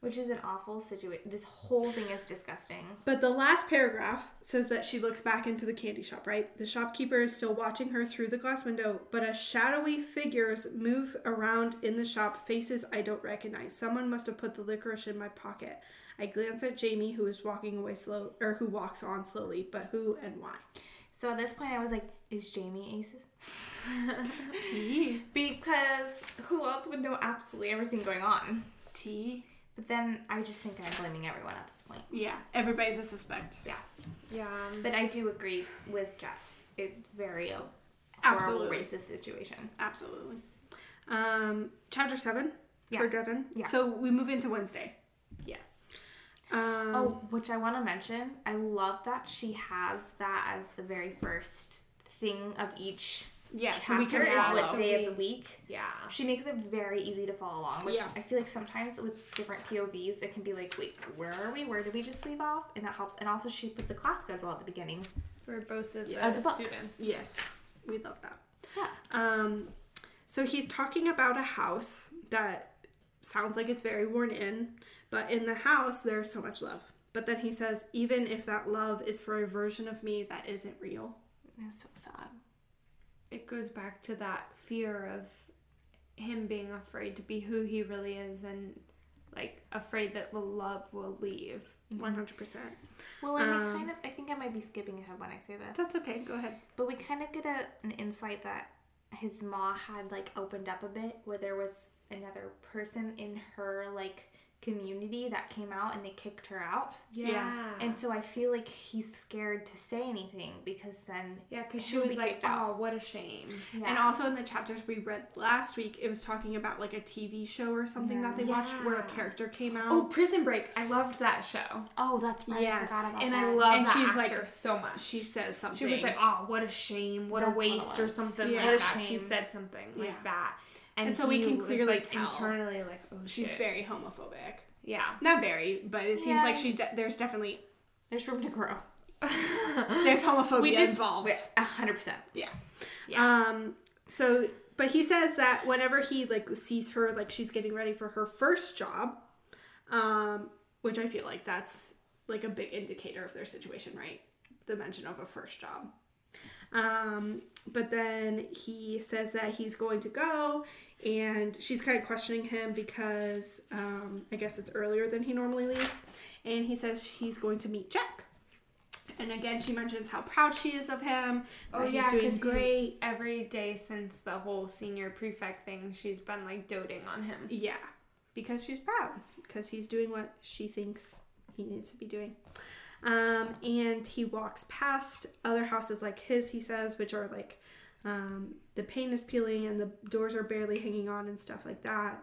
Speaker 1: Which is an awful situation. This whole thing is disgusting.
Speaker 2: But the last paragraph says that she looks back into the candy shop, right? The shopkeeper is still watching her through the glass window, but a shadowy figures move around in the shop, faces I don't recognize. Someone must have put the licorice in my pocket. I glance at Jamie, who is walking away slow, or who walks on slowly, but who and why?
Speaker 1: So at this point, I was like, "Is Jamie aces?" because who else would know absolutely everything going on?
Speaker 2: T.
Speaker 1: But then I just think I'm blaming everyone at this point.
Speaker 2: Yeah, everybody's a suspect.
Speaker 1: Yeah.
Speaker 3: Yeah.
Speaker 1: But I do agree with Jess. It's very a horrible
Speaker 2: Absolutely.
Speaker 1: racist situation.
Speaker 2: Absolutely. Um, chapter seven
Speaker 1: Yeah.
Speaker 2: for Devin.
Speaker 1: Yeah.
Speaker 2: So we move into Wednesday.
Speaker 3: Yes.
Speaker 2: Um,
Speaker 1: Oh, which I want to mention. I love that she has that as the very first thing of each
Speaker 2: yeah.
Speaker 1: chapter
Speaker 2: So we can
Speaker 1: is
Speaker 3: follow.
Speaker 1: what day of the week.
Speaker 3: Yeah.
Speaker 1: She makes it very easy to follow along, which
Speaker 2: Yeah.
Speaker 1: I feel like sometimes with different POVs, it can be like, wait, where are we? Where did we just leave off? And that helps. And also, she puts a class schedule at the beginning.
Speaker 3: For both of
Speaker 2: Yes.
Speaker 3: the
Speaker 1: As a book.
Speaker 3: students.
Speaker 2: Yes, we love that.
Speaker 1: Yeah.
Speaker 2: Um, so he's talking about a house that sounds like it's very worn in, but in the house there's so much love. But then he says, even if that love is for a version of me that isn't real.
Speaker 1: That's so sad.
Speaker 3: It goes back to that fear of him being afraid to be who he really is and like afraid that the love will leave.
Speaker 2: One hundred percent.
Speaker 1: Well, and we
Speaker 2: Um,
Speaker 1: kind of, I think I might be skipping ahead when I say this.
Speaker 2: That's okay. Go ahead.
Speaker 1: But we kind of get a, an insight that his ma had like opened up a bit, where there was another person in her like community that came out and they kicked her out.
Speaker 3: Yeah.
Speaker 2: Yeah.
Speaker 3: Uh-huh.
Speaker 1: And so I feel like he's scared to say anything because then
Speaker 3: yeah, because she
Speaker 1: He'll
Speaker 3: was
Speaker 1: be
Speaker 3: like,
Speaker 1: kicked
Speaker 3: "Oh,
Speaker 1: out."
Speaker 3: what a shame."
Speaker 1: yeah.
Speaker 2: And also in the chapters we read last week, it was talking about like a TV show or something that they watched where a
Speaker 3: Yeah.
Speaker 2: character came out.
Speaker 3: Oh, Prison Break! I loved that show,
Speaker 1: oh, that's right.
Speaker 2: Yes.
Speaker 1: I forgot about
Speaker 3: and
Speaker 1: that.
Speaker 3: I love
Speaker 2: And
Speaker 3: that
Speaker 2: she's like-
Speaker 3: actor so much.
Speaker 2: she says something.
Speaker 3: she was like, "Oh, what a shame! What
Speaker 1: That's
Speaker 3: a
Speaker 1: what it
Speaker 3: waste!" or
Speaker 1: was.
Speaker 3: something
Speaker 2: Yeah.
Speaker 1: What
Speaker 3: like
Speaker 1: a
Speaker 3: that.
Speaker 1: shame.
Speaker 3: She said something like
Speaker 2: Yeah.
Speaker 3: that, and,
Speaker 2: And so we
Speaker 3: he
Speaker 2: can
Speaker 3: was,
Speaker 2: clearly
Speaker 3: like
Speaker 2: tell.
Speaker 3: internally like, "Oh,
Speaker 2: she's
Speaker 3: shit."
Speaker 2: very homophobic.
Speaker 3: Yeah.
Speaker 2: Not very, but it seems
Speaker 1: Yeah.
Speaker 2: like she de- there's definitely
Speaker 1: There's room to grow.
Speaker 2: there's homophobia
Speaker 1: We just-
Speaker 2: involved.
Speaker 1: A hundred percent.
Speaker 2: Um, so, but he says that whenever he like sees her, like she's getting ready for her first job, um, which I feel like that's like a big indicator of their situation, right? The mention of a first job. Um, but then he says that he's going to go, and she's kind of questioning him because um, I guess it's earlier than he normally leaves, and he says he's going to meet Jack. And again, she mentions how proud she is of him.
Speaker 3: Oh
Speaker 2: that
Speaker 3: yeah,
Speaker 2: he's doing
Speaker 3: because
Speaker 2: great.
Speaker 3: every day since the whole senior prefect thing, she's been like doting on him.
Speaker 2: Yeah, because she's proud, because he's doing what she thinks he needs to be doing. Um, and he walks past other houses like his, he says, which are like um, the paint is peeling and the doors are barely hanging on and stuff like that.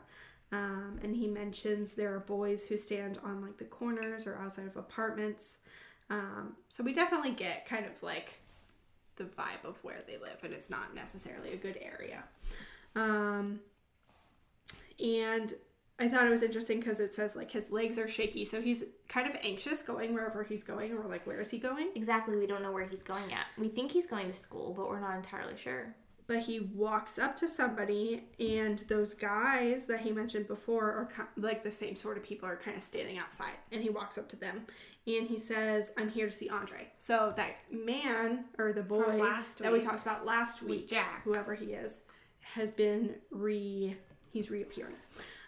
Speaker 2: Um, and he mentions there are boys who stand on like the corners or outside of apartments. Um, so we definitely get kind of like the vibe of where they live, and it's not necessarily a good area. Um, and I thought it was interesting because it says like his legs are shaky, so he's kind of anxious going wherever he's going, or like where is he going?
Speaker 1: Exactly. We don't know where he's going yet. We think he's going to school, but we're not entirely sure.
Speaker 2: But he walks up to somebody, and those guys that he mentioned before are ki- like the same sort of people are kind of standing outside, and he walks up to them, and he says, "I'm here to see Andre." So that man or the boy
Speaker 3: last
Speaker 2: that we
Speaker 3: week.
Speaker 2: talked about last week,
Speaker 3: Jack.
Speaker 2: whoever he is, has been re he's reappearing.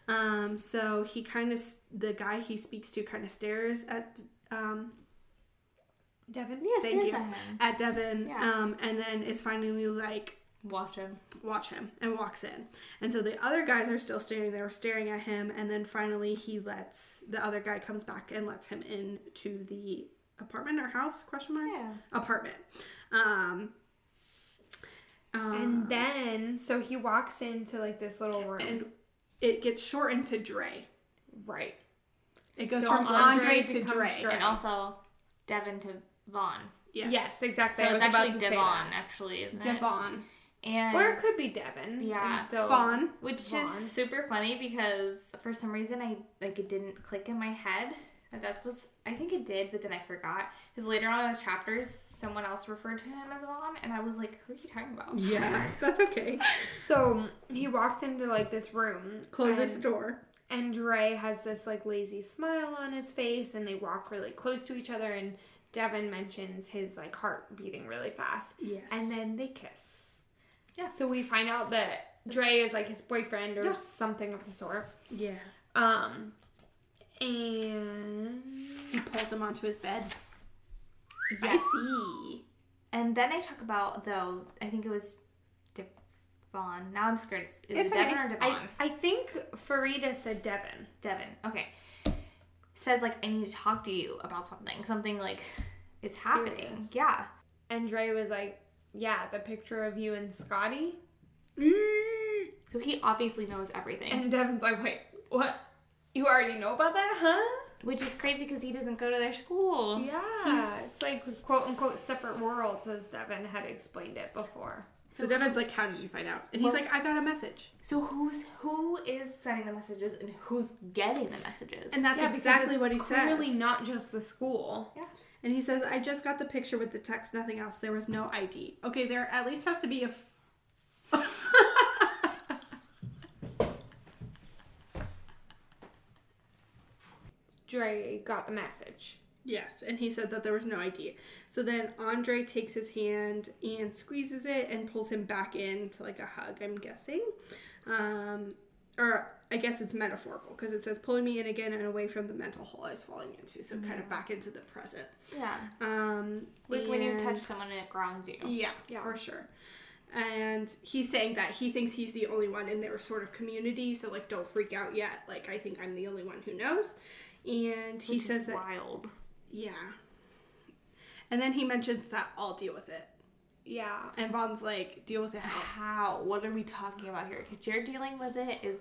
Speaker 2: Um, so he kind of the guy he speaks to kind of stares at um,
Speaker 3: Devin.
Speaker 1: Yes,
Speaker 2: Thank
Speaker 1: here's
Speaker 2: you.
Speaker 1: at him.
Speaker 2: at Devin,
Speaker 1: Yeah.
Speaker 2: um, and then is finally like
Speaker 1: Watch him.
Speaker 2: watch him and walks in. And so the other guys are still staring. They were staring at him, and then finally he lets the other guy comes back and lets him in to the apartment or house question mark
Speaker 1: Yeah.
Speaker 2: apartment. Um,
Speaker 3: And then, Um, so he walks into like this little room.
Speaker 2: and it gets shortened to Dre.
Speaker 3: right.
Speaker 2: It goes
Speaker 3: So
Speaker 2: from
Speaker 3: Andre
Speaker 2: Andre to
Speaker 3: becomes
Speaker 2: Dre.
Speaker 3: Dre.
Speaker 1: And also, Devin to Vaughn.
Speaker 2: Yes.
Speaker 3: Yes,
Speaker 1: So
Speaker 3: exactly. I
Speaker 1: it's
Speaker 3: was about
Speaker 1: actually
Speaker 3: to
Speaker 1: Devon,
Speaker 3: say that.
Speaker 1: actually, isn't it?
Speaker 2: Devon.
Speaker 1: And
Speaker 3: Or it could be Devin.
Speaker 1: Yeah.
Speaker 3: And still.
Speaker 2: Vaughn.
Speaker 1: which
Speaker 3: Vaughn.
Speaker 1: is super funny because for some reason I like it didn't click in my head that that's was I think it did, but then I forgot because later on in the chapters someone else referred to him as Vaughn, and I was like, "Who are you talking about?"
Speaker 2: Yeah, that's okay.
Speaker 3: So he walks into like this room.
Speaker 2: Closes
Speaker 3: and-
Speaker 2: the door.
Speaker 3: and Dre has this like lazy smile on his face and they walk really close to each other and Devin mentions his like heart beating really fast
Speaker 2: Yes.
Speaker 3: and then they kiss.
Speaker 1: Yeah.
Speaker 3: So we find out that Dre is like his boyfriend or
Speaker 2: Yeah.
Speaker 3: something of the sort.
Speaker 2: yeah,
Speaker 3: Um and
Speaker 2: he pulls him onto his bed.
Speaker 1: Yeah.
Speaker 2: Spicy.
Speaker 1: And then I talk about though I think it was Devon. Now I'm scared. Is
Speaker 2: It's
Speaker 1: it Devon
Speaker 2: okay.
Speaker 1: or Devon?
Speaker 3: I, I think Farida said Devin.
Speaker 1: Devin. Okay. Says like I need to talk to you about something. Something like is happening.
Speaker 3: Serious.
Speaker 1: Yeah.
Speaker 3: And Dre was like, Yeah, the picture of you and Scotty.
Speaker 2: Mm.
Speaker 1: So he obviously knows everything.
Speaker 3: And Devin's like, Wait, what? You already know about that, huh?
Speaker 1: Which is crazy because he doesn't go to their school.
Speaker 3: Yeah, it's like quote unquote separate worlds, as Devin had explained it before.
Speaker 2: So Devin's like, "How did you find out?" And he's
Speaker 1: Well-
Speaker 2: like, "I got a message."
Speaker 1: So who's who is sending the messages and who's getting the messages?
Speaker 2: And that's
Speaker 3: yeah, because
Speaker 2: exactly
Speaker 3: it's
Speaker 2: what he
Speaker 3: clearly
Speaker 2: says.
Speaker 3: not just the school.
Speaker 2: and he says, "I just got the picture with the text, nothing else. There was no ID." Okay, there at least has to be a. F-
Speaker 3: Dre got the message.
Speaker 2: yes, and he said that there was no ID. So then Andre takes his hand and squeezes it and pulls him back into like a hug. I'm guessing, um, or I guess it's metaphorical because it says pulling me in again and away from the mental hole I was falling into. So kind of back into the present.
Speaker 1: yeah,
Speaker 2: Um,
Speaker 1: Mm-hmm. like when you touch
Speaker 2: and-
Speaker 1: someone and it grounds you.
Speaker 2: Yeah,
Speaker 3: Yeah.
Speaker 2: for sure. And he's saying that he thinks he's the only one in their sort of community, so like don't freak out yet. Like I think I'm the only one who knows. And he
Speaker 1: Which is
Speaker 2: says that
Speaker 1: wild.
Speaker 2: yeah. And then he mentions that I'll deal with it.
Speaker 3: Yeah.
Speaker 2: And Vaughn's like, deal with it. how?"
Speaker 1: How? What are we talking about here? Because you're dealing with it is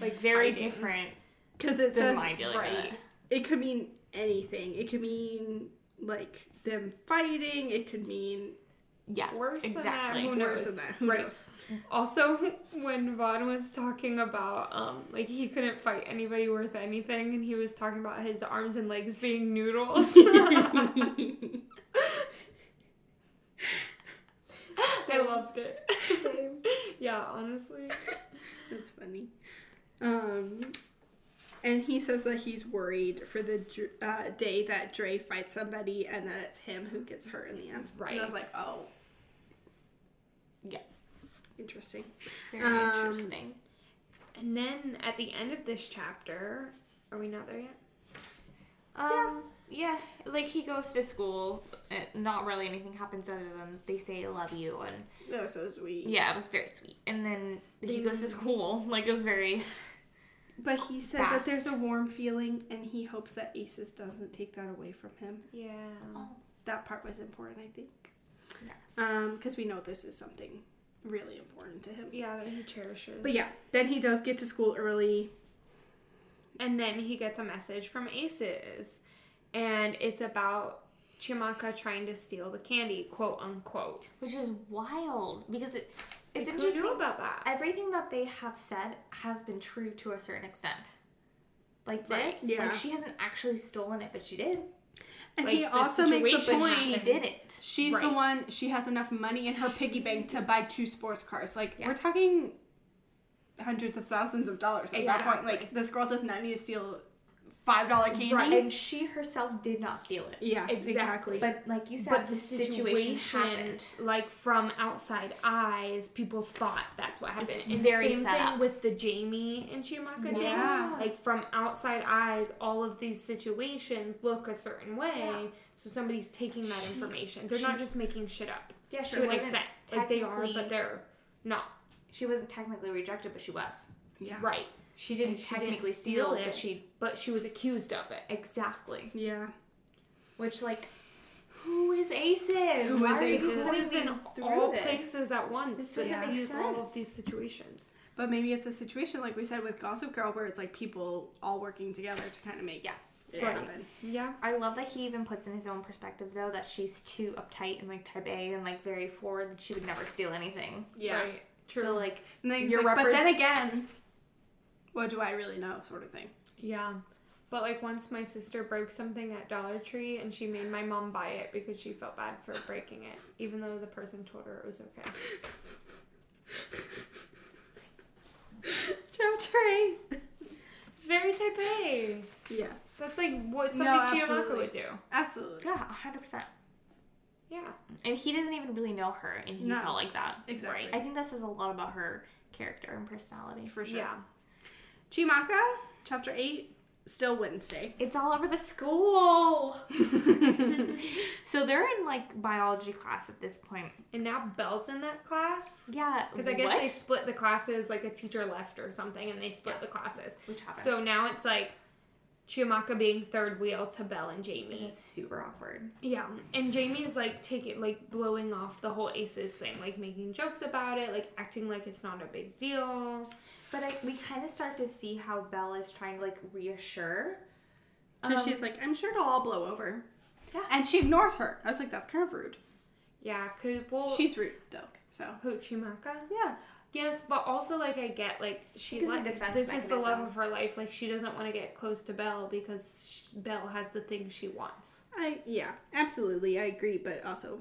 Speaker 1: like very
Speaker 3: fighting.
Speaker 1: different
Speaker 2: Cuz
Speaker 1: than
Speaker 2: it says
Speaker 1: my dealing with
Speaker 3: right.
Speaker 1: it.
Speaker 2: it could mean anything. It could mean like them fighting, it could mean
Speaker 1: yeah.
Speaker 3: Worse
Speaker 1: Exactly.
Speaker 3: than that.
Speaker 2: Worse
Speaker 3: Who knows?
Speaker 2: than that. Who
Speaker 3: Right.
Speaker 2: knows?
Speaker 3: Also, when Vaughn was talking about um, like he couldn't fight anybody worth anything, and he was talking about his arms and legs being noodles. I loved it. Yeah, honestly.
Speaker 2: That's funny. Um, and he says that he's worried for the Dr- uh, day that Dre fights somebody and that it's him who gets hurt in the end. And I was
Speaker 3: Right.
Speaker 2: like, oh,
Speaker 1: Yeah.
Speaker 2: interesting.
Speaker 1: Very
Speaker 2: Um,
Speaker 1: interesting.
Speaker 3: And then at the end of this chapter, are we not there yet?
Speaker 1: Um, yeah. like he goes to school. And not really anything happens other than they say "I love you and
Speaker 2: That was so sweet.
Speaker 1: yeah, it was very sweet. And then he
Speaker 3: They-
Speaker 1: goes to school. Like it was very
Speaker 2: But he says that
Speaker 1: Fast.
Speaker 2: there's a warm feeling and he hopes that Aces doesn't take that away from him.
Speaker 3: Yeah.
Speaker 2: That part was important, I think.
Speaker 1: Yeah.
Speaker 2: Because we know this is something really important to him.
Speaker 3: Yeah, that he cherishes.
Speaker 2: But yeah, then he does get to school early.
Speaker 3: And then he gets a message from Aces. And it's about Chimaka trying to steal the candy, quote unquote.
Speaker 1: which is wild because it it's
Speaker 3: Like,
Speaker 1: interesting.
Speaker 3: Who knew about that?
Speaker 1: Everything that they have said has been true to a certain extent. Like
Speaker 3: Right,
Speaker 1: this,
Speaker 2: yeah.
Speaker 1: like she hasn't actually stolen it, but she did.
Speaker 2: And
Speaker 3: Like,
Speaker 2: he
Speaker 3: the
Speaker 2: also makes the
Speaker 3: situation
Speaker 2: point.
Speaker 1: She didn't.
Speaker 2: She's the
Speaker 3: Right.
Speaker 2: one. She has enough money in her piggy bank to buy two sports cars. Like
Speaker 3: Yeah.
Speaker 2: we're talking hundreds of thousands of dollars at that point. Like
Speaker 3: Exactly.
Speaker 2: this girl does not need to steal five dollar candy.
Speaker 3: Right.
Speaker 1: And she herself did not steal it.
Speaker 2: Yeah,
Speaker 3: Exactly.
Speaker 1: But like you said,
Speaker 3: but
Speaker 1: the situation, happened.
Speaker 3: like from outside eyes, people thought that's what happened. and
Speaker 1: very
Speaker 3: same
Speaker 1: set
Speaker 3: thing
Speaker 1: up.
Speaker 3: with the Jamie and Chimaka
Speaker 2: Yeah.
Speaker 3: thing. Like from outside eyes, all of these situations look a certain way.
Speaker 1: Yeah.
Speaker 3: So somebody's taking that information. They're
Speaker 1: she-
Speaker 3: not just making shit up
Speaker 1: Yeah, she
Speaker 3: to an
Speaker 1: wasn't
Speaker 3: extent. Like they are,
Speaker 1: technically-
Speaker 3: but they're not
Speaker 1: She wasn't technically rejected, but she was.
Speaker 2: Yeah.
Speaker 3: right.
Speaker 1: She didn't
Speaker 3: And she didn't
Speaker 1: technically
Speaker 3: steal
Speaker 1: steal,
Speaker 3: it.
Speaker 1: but she
Speaker 3: But she was accused of it.
Speaker 1: exactly.
Speaker 2: Yeah.
Speaker 1: Which like, who is Aces?
Speaker 2: Who
Speaker 1: Why
Speaker 2: is
Speaker 1: are you
Speaker 2: Aces?
Speaker 1: putting
Speaker 3: Who is
Speaker 1: me
Speaker 3: in
Speaker 1: through
Speaker 3: all
Speaker 1: this?
Speaker 3: places at once
Speaker 1: This
Speaker 3: to
Speaker 1: doesn't
Speaker 2: make
Speaker 3: seize all
Speaker 1: sense.
Speaker 3: of these situations.
Speaker 2: But maybe it's a situation like we said with Gossip Girl, where it's like people all working together to kind of make
Speaker 1: Yeah.
Speaker 2: it
Speaker 3: Right.
Speaker 2: happen.
Speaker 3: Yeah.
Speaker 1: I love that he even puts in his own perspective though that she's too uptight and like type A and like very forward that she would never steal anything.
Speaker 2: Yeah.
Speaker 3: Right. True.
Speaker 1: So like
Speaker 2: And then he's
Speaker 1: Your
Speaker 2: like, but
Speaker 1: repres-
Speaker 2: then again, what do I really know? Sort of thing.
Speaker 3: Yeah. But like once my sister broke something at Dollar Tree and she made my mom buy it because she felt bad for breaking it, even though the person told her it was okay.
Speaker 2: Chapter eight.
Speaker 3: It's very type A.
Speaker 2: Yeah.
Speaker 3: That's like what
Speaker 2: No,
Speaker 3: something Chiyomaka
Speaker 2: absolutely.
Speaker 3: would do.
Speaker 2: Absolutely.
Speaker 1: yeah, hundred percent.
Speaker 3: Yeah.
Speaker 1: And he doesn't even really know her and he
Speaker 2: No.
Speaker 1: felt like that.
Speaker 2: Exactly.
Speaker 1: I think that says a lot about her character and personality.
Speaker 2: For sure.
Speaker 3: Yeah.
Speaker 2: Chimaka, chapter eight, still Wednesday.
Speaker 1: It's all over the school. so they're in like biology class at this point.
Speaker 3: And now Belle's in that class.
Speaker 1: Yeah,
Speaker 3: Because I guess
Speaker 1: what?
Speaker 3: they split the classes, like a teacher left or something, and they split the classes.
Speaker 1: which happens.
Speaker 3: So now it's like Chiyomaka being third wheel to Belle and Jamie.
Speaker 1: it's super awkward.
Speaker 3: Yeah, and Jamie is like taking, like blowing off the whole Aces thing, like making jokes about it, like acting like it's not a big deal.
Speaker 1: But I, we kind of start to see how Belle is trying to like reassure.
Speaker 2: Because
Speaker 1: Um,
Speaker 2: she's like, I'm sure it'll all blow over.
Speaker 1: Yeah.
Speaker 2: And she ignores her. I was like, that's kind of rude.
Speaker 3: Yeah, cause well, she's
Speaker 2: She's rude, though. So,
Speaker 3: Huchimaka.
Speaker 2: yeah.
Speaker 3: Yes, but also like I get like she
Speaker 1: Because
Speaker 3: like
Speaker 1: the defense
Speaker 3: this is the
Speaker 1: mechanism.
Speaker 3: love of her life. Like she doesn't want to get close to Belle because sh Belle has the thing she wants.
Speaker 2: I, yeah, absolutely. I agree, but also,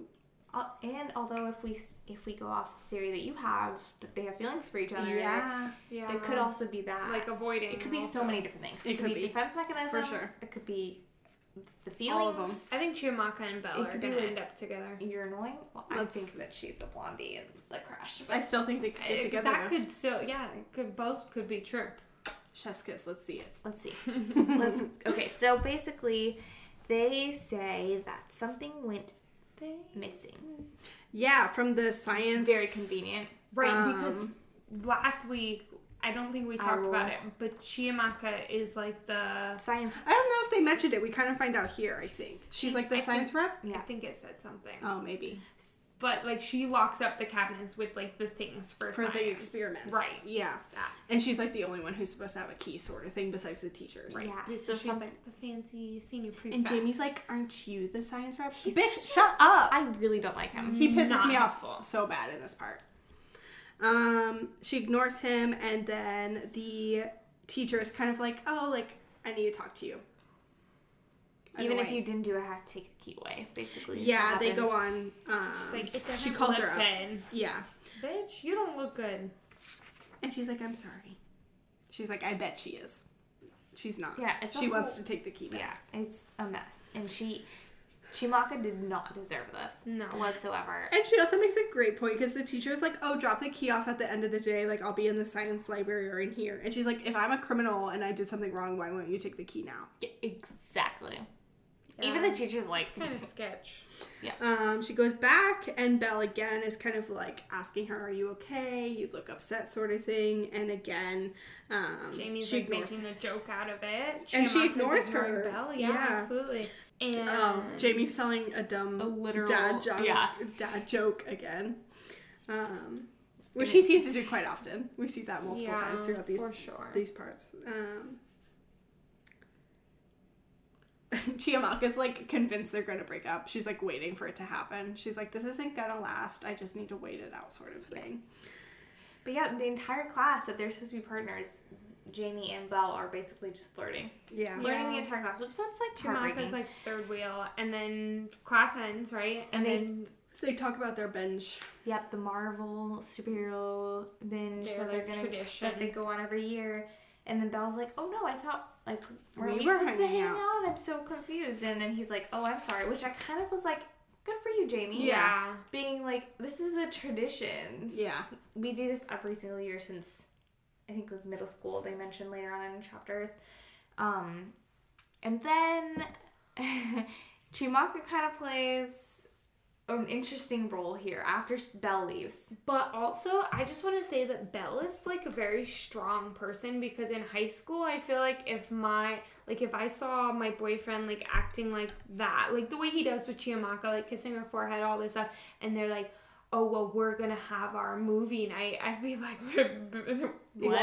Speaker 1: Al- Uh, and although if we s- if we go off the theory that you have that they have feelings for each other,
Speaker 3: Yeah,
Speaker 1: it could also be that.
Speaker 3: like avoiding.
Speaker 1: it could be
Speaker 3: also.
Speaker 1: so many different things.
Speaker 2: It could be.
Speaker 1: defense mechanism
Speaker 2: For sure.
Speaker 1: It could be the feelings.
Speaker 2: All of
Speaker 3: I think Chiyomaka and Belle
Speaker 1: It
Speaker 3: are
Speaker 1: could be,
Speaker 3: gonna
Speaker 1: like,
Speaker 3: end up together.
Speaker 1: You're annoying. Well,
Speaker 2: Let's-
Speaker 1: I think that she's the blondie in the crash.
Speaker 2: I still think they could get
Speaker 3: It-
Speaker 2: together.
Speaker 3: Uh, that
Speaker 2: though.
Speaker 3: could still yeah, it could both could be true.
Speaker 2: Chef's kiss. Let's see it.
Speaker 1: Let's see. Let's, okay, so basically, they say that something went missing.
Speaker 2: Yeah, from the science.
Speaker 1: Very convenient.
Speaker 3: Right,
Speaker 2: Um,
Speaker 3: because last week I don't think we talked
Speaker 1: will-
Speaker 3: about it, but Chiyamaka is like the
Speaker 1: Science.
Speaker 2: I don't know if they mentioned it. We kind of find out here, I think. She's, like the
Speaker 3: I
Speaker 2: science rep.
Speaker 3: I
Speaker 1: Yeah.
Speaker 2: Um,
Speaker 3: think it said something.
Speaker 2: Oh, maybe.
Speaker 3: but like she locks up the cabinets with like the things for,
Speaker 2: for the
Speaker 3: science.
Speaker 2: experiments.
Speaker 3: Right.
Speaker 2: Yeah.
Speaker 3: That.
Speaker 2: And she's like the only one who's supposed to have a key sort of thing besides the teachers.
Speaker 1: Yeah.
Speaker 3: So
Speaker 1: So
Speaker 3: she's
Speaker 1: something.
Speaker 3: like the fancy senior prefect.
Speaker 2: And Jamie's like, aren't you the science rep?
Speaker 1: He's
Speaker 2: Bitch,
Speaker 1: such a-
Speaker 2: shut up.
Speaker 1: I really don't like him.
Speaker 2: He pisses
Speaker 3: Not
Speaker 2: me off
Speaker 3: helpful.
Speaker 2: so bad in this part. Um, she ignores him, and then the teacher is kind of like, "Oh, like I need to talk to you." And
Speaker 1: Even if
Speaker 2: away.
Speaker 1: you didn't do it, I had to take a key away. Basically. is
Speaker 2: yeah,
Speaker 1: what
Speaker 2: they
Speaker 1: happened.
Speaker 2: go on. Um,
Speaker 3: She's like, it doesn't
Speaker 2: she calls
Speaker 3: look
Speaker 2: her up.
Speaker 3: good.
Speaker 2: yeah,
Speaker 3: Bitch, you don't look good.
Speaker 2: and she's like, "I'm sorry." She's like, "I bet she is." She's not.
Speaker 1: Yeah, it's a
Speaker 2: she wants to
Speaker 1: whole-
Speaker 2: take the key back.
Speaker 1: Yeah, it's a mess, and she, Chimaka did not deserve this.
Speaker 3: No.
Speaker 1: whatsoever.
Speaker 2: And she also makes a great point because the teacher is like, "Oh, drop the key off at the end of the day. Like, I'll be in the science library or in here." And she's like, "If I'm a criminal and I did something wrong, why won't you take the key now?"
Speaker 1: Yeah, exactly. Even the teacher's like,
Speaker 3: kind of sketch.
Speaker 2: Um, she goes back, and Belle again is kind of like asking her, "Are you okay? You look upset," sort of thing. And again, um,
Speaker 3: Jamie's
Speaker 2: she
Speaker 3: like
Speaker 2: ignores.
Speaker 3: making a joke out of it,
Speaker 2: And she
Speaker 3: Shamaka's
Speaker 2: ignores
Speaker 3: ignoring
Speaker 2: her.
Speaker 3: Belle. Yeah,
Speaker 2: Yeah.
Speaker 3: absolutely. And
Speaker 2: Oh, Jamie's telling a dumb
Speaker 1: A literal-
Speaker 2: dad joke.
Speaker 1: yeah.
Speaker 2: Dad joke again, um, which he seems to do quite often. We see that multiple
Speaker 3: yeah,
Speaker 2: times throughout these
Speaker 3: for sure.
Speaker 2: these parts. Um, Chiamaka's like convinced they're going to break up. She's like waiting for it to happen. She's like, this isn't going to last. I just need to wait it out, sort of thing.
Speaker 1: but yeah, the entire class that they're supposed to be partners, Jamie and Belle are basically just flirting,
Speaker 2: Yeah.
Speaker 3: Yeah.
Speaker 1: flirting the entire class, which that's like heartbreaking.
Speaker 3: Shamaka's like third wheel, and then class ends right,
Speaker 1: And they-
Speaker 3: then
Speaker 2: They talk about their binge.
Speaker 1: Yep, the Marvel superhero binge
Speaker 3: Their,
Speaker 1: that they're
Speaker 3: like,
Speaker 1: gonna
Speaker 3: tradition.
Speaker 1: that they go on every year, and then Belle's like, "Oh no, I thought like were
Speaker 2: We
Speaker 1: we,
Speaker 2: were
Speaker 1: supposed to
Speaker 2: hanging
Speaker 1: hang
Speaker 2: out."
Speaker 1: out. I'm so confused." And then he's like, "Oh, I'm sorry," which I kind of was like, "Good for you, Jamie."
Speaker 3: yeah,
Speaker 1: being like, "This is a tradition.
Speaker 2: Yeah.
Speaker 1: We do this every single year since I think it was middle school." They mentioned later on in chapters, um, and then Chimaka kind of plays an interesting role here after Belle leaves.
Speaker 3: But also, I just want to say that Belle is like a very strong person because in high school, I feel like if my like if I saw my boyfriend like acting like that, like the way he does with Chiamaka, like kissing her forehead, all this stuff, and they're like, "Oh well, we're gonna have our movie night," I'd be like, "What?
Speaker 2: What?
Speaker 3: What?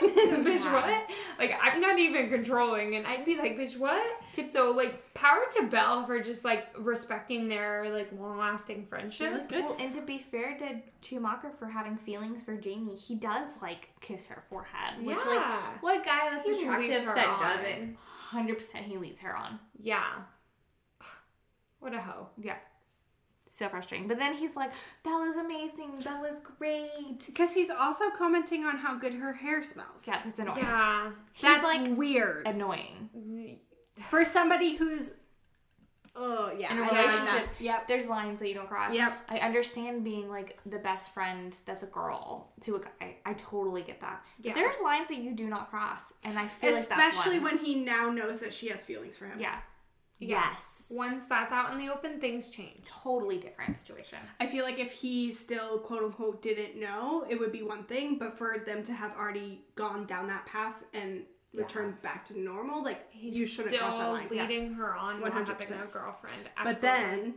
Speaker 3: bitch,
Speaker 1: Yeah.
Speaker 3: what? Like I'm not even controlling," and I'd be like, "Bitch, what?" So like, power to Belle for just like respecting their like long lasting friendship.
Speaker 1: Well, and to be fair to Chumaka for having feelings for Jamie, he does like kiss her forehead. Which
Speaker 3: Yeah.
Speaker 1: like what guy that's
Speaker 3: He leads
Speaker 1: attractive
Speaker 3: her
Speaker 1: that
Speaker 3: on.
Speaker 1: doesn't hundred percent he leads her on.
Speaker 3: Yeah. What a hoe.
Speaker 1: Yeah. So frustrating. But then he's like, Bella's amazing, Bella's great.
Speaker 2: Because he's also commenting on how good her hair smells.
Speaker 1: Yeah, that's
Speaker 3: Oh.
Speaker 1: annoying.
Speaker 3: Yeah.
Speaker 1: He's
Speaker 2: That's
Speaker 1: like
Speaker 2: weird.
Speaker 1: annoying.
Speaker 2: for somebody who's, oh, yeah.
Speaker 1: In a
Speaker 2: I like that.
Speaker 1: relationship.
Speaker 2: Yep.
Speaker 1: There's lines that you don't cross.
Speaker 2: Yep.
Speaker 1: I understand being like the best friend that's a girl to a guy. I totally get that.
Speaker 3: Yeah.
Speaker 1: But there's lines that you do not cross, and I feel like that's
Speaker 2: Especially
Speaker 1: one.
Speaker 2: when he now knows that she has feelings for him.
Speaker 1: yeah.
Speaker 3: Yeah.
Speaker 1: Yes.
Speaker 3: Once that's out in the open, things change.
Speaker 1: totally different situation.
Speaker 2: I feel like if he still quote unquote didn't know, it would be one thing, but for them to have already gone down that path and returned back to normal, like
Speaker 3: He's
Speaker 2: you shouldn't
Speaker 3: still
Speaker 2: cross that line. Yeah.
Speaker 3: leading her on while having
Speaker 2: 100%.
Speaker 3: a girlfriend.
Speaker 2: But
Speaker 3: Absolutely.
Speaker 2: then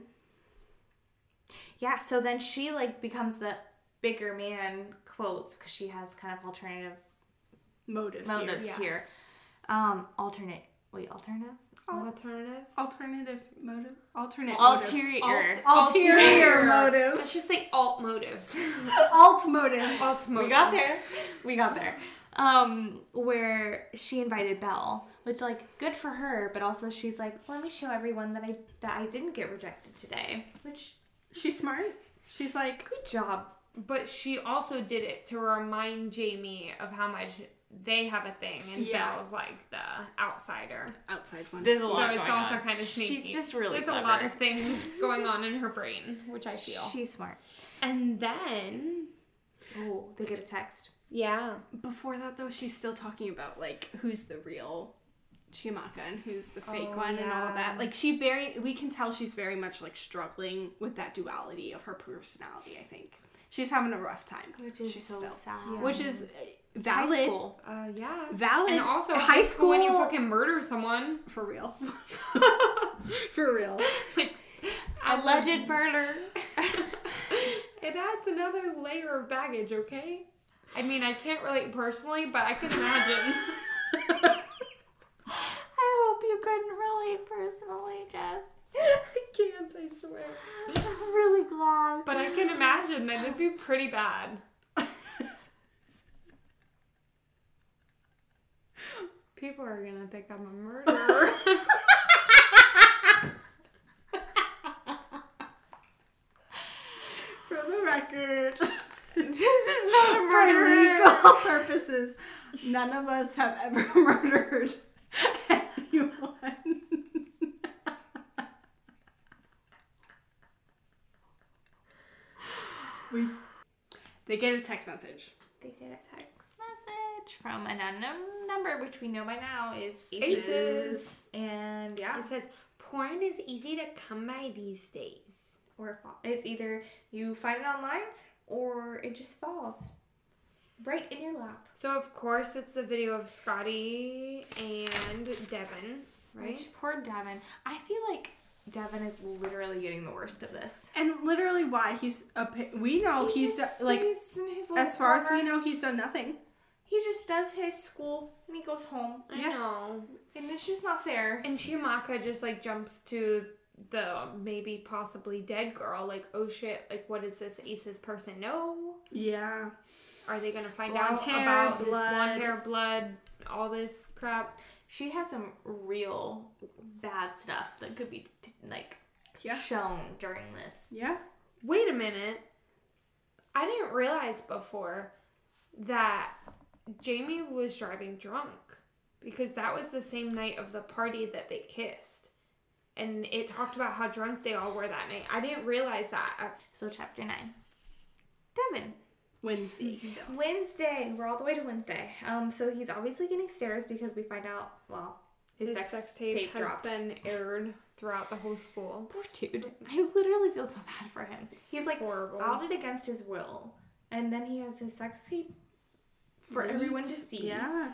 Speaker 1: Yeah, so then she like becomes the bigger man quotes because she has kind of alternative
Speaker 2: motives,
Speaker 1: motives
Speaker 2: here.
Speaker 3: yes.
Speaker 1: here. Um alternate wait, alternative?
Speaker 3: alternative.
Speaker 2: Alternative motive. Alternate motives.
Speaker 1: Ulterior.
Speaker 3: Alt-
Speaker 2: Ulterior
Speaker 3: ulterior.
Speaker 2: motives.
Speaker 3: Let's just say alt motives.
Speaker 2: Alt motives.
Speaker 3: alt motives.
Speaker 1: we got there. We got there. Um, where she invited Belle, which like good for her, but also she's like, let me show everyone that I that I didn't get rejected today. Which
Speaker 2: She's smart. She's like
Speaker 1: good job.
Speaker 3: But she also did it to remind Jamie of how much they have a thing, and
Speaker 2: Yeah.
Speaker 3: Belle's like the outsider.
Speaker 2: outside one.
Speaker 1: There's a
Speaker 3: So
Speaker 1: lot
Speaker 3: it's
Speaker 1: going
Speaker 3: also
Speaker 1: on.
Speaker 3: kind of sneaky.
Speaker 1: She's just really
Speaker 3: There's
Speaker 1: clever.
Speaker 3: a lot of things going on in her brain, which I feel.
Speaker 1: She's smart.
Speaker 3: And then,
Speaker 1: Oh, they get a text.
Speaker 3: yeah,
Speaker 2: Before that though, she's still talking about like who's the real Chimaka and who's the fake
Speaker 3: Oh,
Speaker 2: one and all of that.
Speaker 3: yeah.
Speaker 2: Like she very we can tell she's very much like struggling with that duality of her personality, I think. She's having a rough time.
Speaker 1: Which is
Speaker 2: She's
Speaker 1: so
Speaker 2: still-
Speaker 1: sad.
Speaker 2: Which is uh,
Speaker 1: High
Speaker 2: valid.
Speaker 1: school.
Speaker 3: uh, yeah,
Speaker 2: Valid.
Speaker 3: and also
Speaker 2: high school
Speaker 3: when you fucking murder someone.
Speaker 2: for real. for real.
Speaker 3: Like,
Speaker 1: Alleged murder.
Speaker 3: It adds another layer of baggage, okay? I mean, I can't relate personally, but I can imagine.
Speaker 1: hope you couldn't relate personally, Jess.
Speaker 3: I can't, I swear.
Speaker 1: I'm really glad.
Speaker 3: But I can imagine that it'd be pretty bad. People are gonna think I'm a murderer.
Speaker 2: For the record,
Speaker 1: Jess is not a
Speaker 2: for
Speaker 1: murderer.
Speaker 2: legal purposes, none of us have ever murdered anyone. we, they get a text message.
Speaker 1: They get a text message from an unknown number, which we know by now is Aces.
Speaker 3: Aces.
Speaker 1: And yeah,
Speaker 3: It says porn is easy to come by these days.
Speaker 1: or fa- it's either you find it online or it just falls right in your lap.
Speaker 3: So of course it's the video of Scotty and Devin, right?
Speaker 1: Which poor Devin. I feel like Devin is literally getting the worst of this.
Speaker 2: And literally, why he's a pa- we
Speaker 1: He
Speaker 2: know Oh, he's
Speaker 1: just
Speaker 2: do- like
Speaker 1: stays in his little
Speaker 2: as far as we
Speaker 1: corner.
Speaker 2: know he's done nothing.
Speaker 1: he just does his school and he goes home,
Speaker 3: I
Speaker 2: Yeah.
Speaker 3: know.
Speaker 1: and it's just not fair.
Speaker 3: And Chimaka just like jumps to the maybe possibly dead girl, like, oh shit, like what does this Ace's person know?
Speaker 2: Yeah,
Speaker 3: Are they gonna find
Speaker 2: Blonde
Speaker 3: out
Speaker 2: hair,
Speaker 3: about this
Speaker 2: blood.
Speaker 3: blonde hair, blood, all this crap?
Speaker 1: She has some real bad stuff that could be t- like
Speaker 2: Yeah.
Speaker 1: shown during this.
Speaker 2: yeah.
Speaker 3: Wait a minute. I didn't realize before that Jamie was driving drunk because that was the same night of the party that they kissed. And it talked about how drunk they all were that night. I didn't realize that. at
Speaker 1: So chapter nine. Devin.
Speaker 2: Wednesday. Still.
Speaker 1: Wednesday. We're all the way to Wednesday. Um, so he's obviously getting stairs because we find out well his,
Speaker 3: His
Speaker 1: sex,
Speaker 3: sex, tape, has
Speaker 1: dropped.
Speaker 3: been aired throughout the whole school.
Speaker 1: Dude, I literally feel so bad for him. He's
Speaker 3: It's
Speaker 1: like
Speaker 3: horrible.
Speaker 1: outed against his will, and then he has his sex tape for everyone to see.
Speaker 2: Yeah.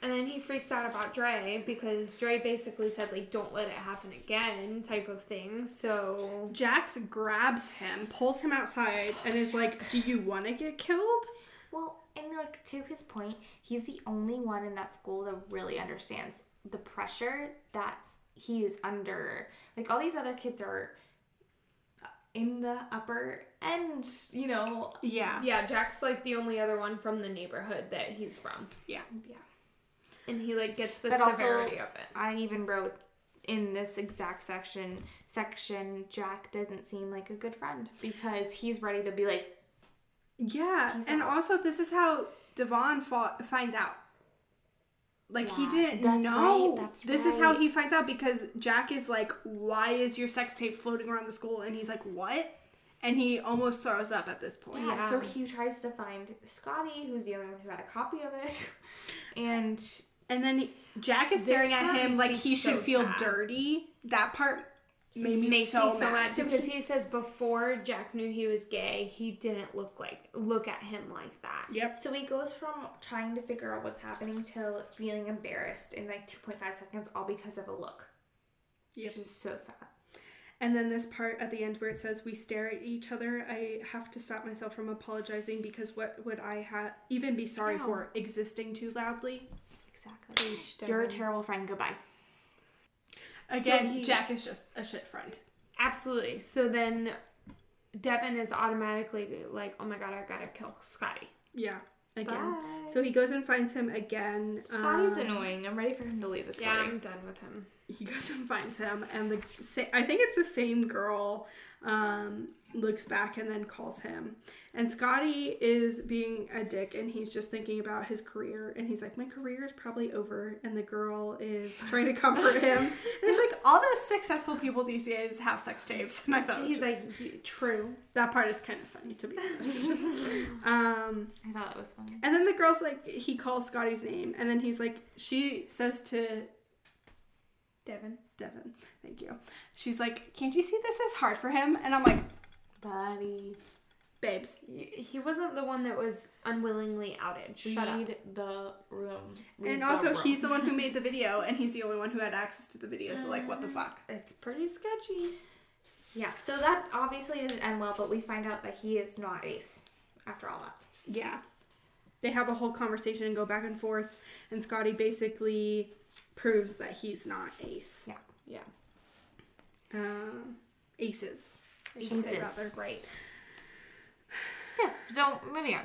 Speaker 3: And then he freaks out about Dre because Dre basically said like, "Don't let it happen again," type of thing. So
Speaker 2: Jax grabs him, pulls him outside, and is like, "Do you want to get killed?"
Speaker 1: Well, and like to his point, he's the only one in that school that really understands the pressure that he is under. Like all these other kids are uh, in the upper end, you know.
Speaker 2: Yeah.
Speaker 3: yeah, Jack's like the only other one from the neighborhood that he's from,
Speaker 2: Yeah.
Speaker 3: and he like gets the
Speaker 1: But also-
Speaker 3: severity of it.
Speaker 1: I even wrote in this exact section section Jack doesn't seem like a good friend because he's ready to be like
Speaker 2: Yeah. and
Speaker 1: out.
Speaker 2: also, this is how Devon fa- finds out. Like he
Speaker 1: Yeah,
Speaker 2: didn't
Speaker 1: that's
Speaker 2: know.
Speaker 1: right, that's
Speaker 2: this is how
Speaker 1: right.
Speaker 2: he finds out because Jack is like, "Why is your sex tape floating around the school?" And he's like, "What?" And he almost throws up at this point.
Speaker 1: Yeah,
Speaker 3: Yeah.
Speaker 1: so he tries to find Scotty, who's the only one who had a copy of it. And
Speaker 2: And then he- Jack is staring at
Speaker 3: part
Speaker 2: him
Speaker 3: makes
Speaker 2: like
Speaker 3: me
Speaker 2: he should
Speaker 3: so
Speaker 2: feel
Speaker 3: sad.
Speaker 2: dirty. That part made me so mad.
Speaker 3: So because he says before Jack knew he was gay, he didn't look like look at him like that.
Speaker 2: Yep.
Speaker 1: so he goes from trying to figure out what's happening to feeling embarrassed in like 2.5 seconds, all because of a look.
Speaker 2: Yep.
Speaker 1: Which is so sad.
Speaker 2: And then this part at the end where it says we stare at each other. I have to stop myself from apologizing because what would I ha- even be sorry
Speaker 1: No.
Speaker 2: for existing too loudly?
Speaker 1: Exactly. You're a terrible friend. Goodbye.
Speaker 2: Again,
Speaker 3: he-
Speaker 2: Jack is just a shit friend.
Speaker 3: Absolutely. So then Devin is automatically like, oh my god, I gotta kill Scotty.
Speaker 2: Yeah. Again.
Speaker 1: Bye.
Speaker 2: So he goes and finds him again.
Speaker 1: Scotty's
Speaker 2: um,
Speaker 1: annoying. I'm ready for him to leave the story.
Speaker 3: Yeah, I'm done with him.
Speaker 2: he goes and finds him, and the sa- I think it's the same girl um, looks back and then calls him. And Scotty is being a dick, and he's just thinking about his career, and he's like, "My career is probably over." And the girl is trying to comfort him. And it's like all those successful people these days have sex tapes, and I thought it
Speaker 3: And
Speaker 2: was
Speaker 3: he's like, "Y- true.
Speaker 2: that part is kind of funny to be honest. um,
Speaker 1: I thought it was funny.
Speaker 2: and then the girl's like, he calls Scotty's name, and then he's like, she says to
Speaker 3: Devin.
Speaker 2: Devin, thank you. She's like, can't you see this is hard for him? And I'm like,
Speaker 1: Buddy.
Speaker 2: babes.
Speaker 3: Y- He wasn't the one that was unwillingly outed. Shut up.
Speaker 1: Leave the room.
Speaker 2: and also, he's the one who Uh. made the video, and he's the only one who had access to the video. So like, what the fuck?
Speaker 3: It's pretty sketchy.
Speaker 1: Yeah, so that obviously doesn't end well, but we find out that he is not Ace after all that.
Speaker 2: Yeah. They have a whole conversation and go back and forth, and Scotty basically proves that he's not Ace.
Speaker 3: Yeah.
Speaker 2: Um, aces. I should say,
Speaker 3: Jesus.
Speaker 2: rather.
Speaker 3: Right. Yeah. So moving on.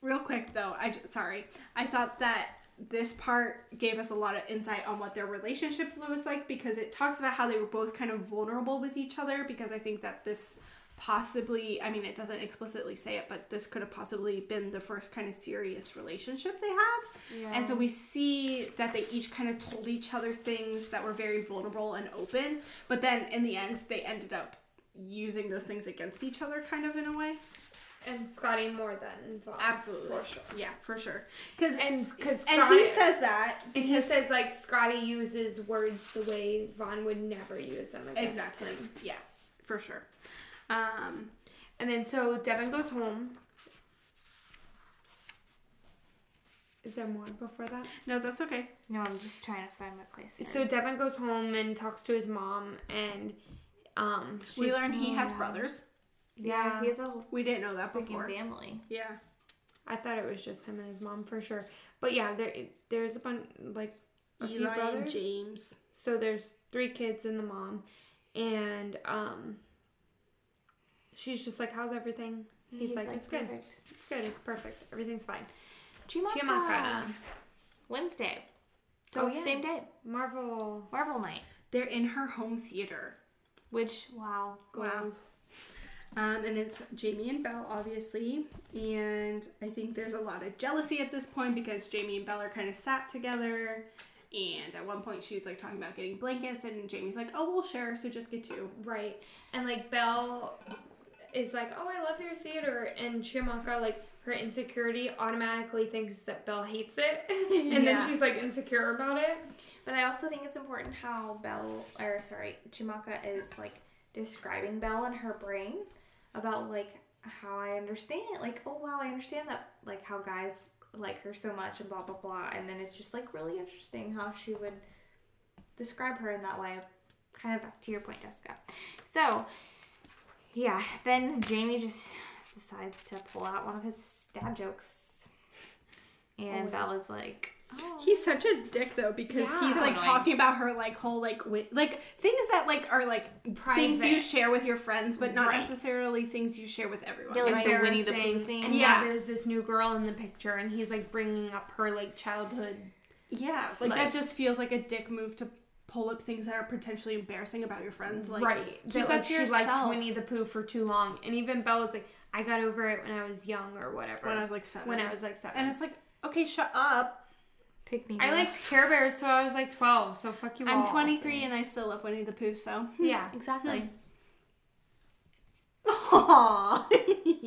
Speaker 2: Real quick though, I j- sorry. I thought that this part gave us a lot of insight on what their relationship was like because it talks about how they were both kind of vulnerable with each other because I think that this possibly I mean it doesn't explicitly say it but this could have possibly been the first kind of serious relationship they had.
Speaker 3: Yeah.
Speaker 2: And so we see that they each kind of told each other things that were very vulnerable and open, but then in the end they ended up using those things against each other kind of in a way.
Speaker 3: and Scotty more than involved. For sure.
Speaker 2: Yeah, for sure. Cuz
Speaker 3: And because
Speaker 2: and he says that
Speaker 3: And he says like Scotty uses words the way Vaughn would never use them. Against
Speaker 2: exactly.
Speaker 3: him.
Speaker 2: Yeah, for sure. Um,
Speaker 3: And then so Devin goes home. Is there more before that?
Speaker 2: no, that's okay.
Speaker 1: No, I'm just trying to find my place. here.
Speaker 3: So Devin goes home and talks to his mom, and um, she's,
Speaker 2: we learn he has
Speaker 1: yeah.
Speaker 2: brothers.
Speaker 1: yeah, he has a whole
Speaker 2: We didn't know that
Speaker 1: freaking
Speaker 2: before.
Speaker 1: family.
Speaker 2: Yeah,
Speaker 3: I thought it was just him and his mom for sure, but yeah, there there's a bunch like a few
Speaker 2: Eli and
Speaker 3: brothers.
Speaker 2: James.
Speaker 3: so there's three kids and the mom and um she's just like how's everything he's, like, it's good
Speaker 1: perfect.
Speaker 3: it's good it's perfect everything's fine
Speaker 1: Chimamanda.
Speaker 3: Chimamanda.
Speaker 1: Wednesday. So
Speaker 3: Oh, yeah.
Speaker 1: same day,
Speaker 3: marvel
Speaker 1: Marvel night.
Speaker 2: They're in her home theater.
Speaker 1: Which wow,
Speaker 2: Wow.
Speaker 3: goes
Speaker 2: Um, and it's Jamie and Belle, obviously. And I think there's a lot of jealousy at this point because Jamie and Belle are kind of sat together. And at one point, she's like talking about getting blankets, and Jamie's like, "Oh, we'll share, so just get two."
Speaker 3: right and like belle is like oh i love your theater and chimaka like her insecurity automatically thinks that belle hates it and
Speaker 2: Yeah.
Speaker 3: then she's like insecure about it
Speaker 1: But I also think it's important how Belle, or sorry, Chimaka is like describing Belle in her brain about like how I understand it. Like, oh wow, I understand that, like how guys like her so much and blah blah blah. And then it's just like really interesting how she would describe her in that way. Kind of back to your point, Jessica. So, yeah, then Jamie just decides to pull out one of his stab jokes. And
Speaker 3: Always.
Speaker 1: Belle is like, oh.
Speaker 2: He's such a dick though because
Speaker 3: Yeah.
Speaker 2: he's
Speaker 1: So
Speaker 2: like
Speaker 1: annoying.
Speaker 2: talking about her like whole like wi- like things that like are like things you
Speaker 3: Private.
Speaker 2: share with your friends, but not
Speaker 1: Right.
Speaker 2: necessarily things you share with everyone.
Speaker 1: Yeah, like-
Speaker 2: right?
Speaker 1: the Winnie the Pooh
Speaker 3: Embarrassing.
Speaker 1: thing.
Speaker 3: And yeah.
Speaker 2: Yeah.
Speaker 3: there's this new girl in the picture, and he's like bringing up her like childhood.
Speaker 2: yeah, like,
Speaker 3: like-
Speaker 2: that just feels like a dick move to pull up things that are potentially embarrassing about your friends. Like,
Speaker 3: right.
Speaker 2: keep that
Speaker 3: That like
Speaker 2: to
Speaker 3: she liked
Speaker 2: yourself.
Speaker 3: Winnie the Pooh for too long, and even Belle was like, "I got over it when I was young or whatever."
Speaker 2: when I was like seven.
Speaker 3: when I was like seven.
Speaker 2: and it's like, okay, shut up.
Speaker 1: pick me.
Speaker 3: I
Speaker 1: up."
Speaker 3: liked Care Bears till I was like twelve, so fuck you all.
Speaker 2: I'm Oh 23 and I still love Winnie the Pooh, so.
Speaker 3: Yeah.
Speaker 1: exactly. I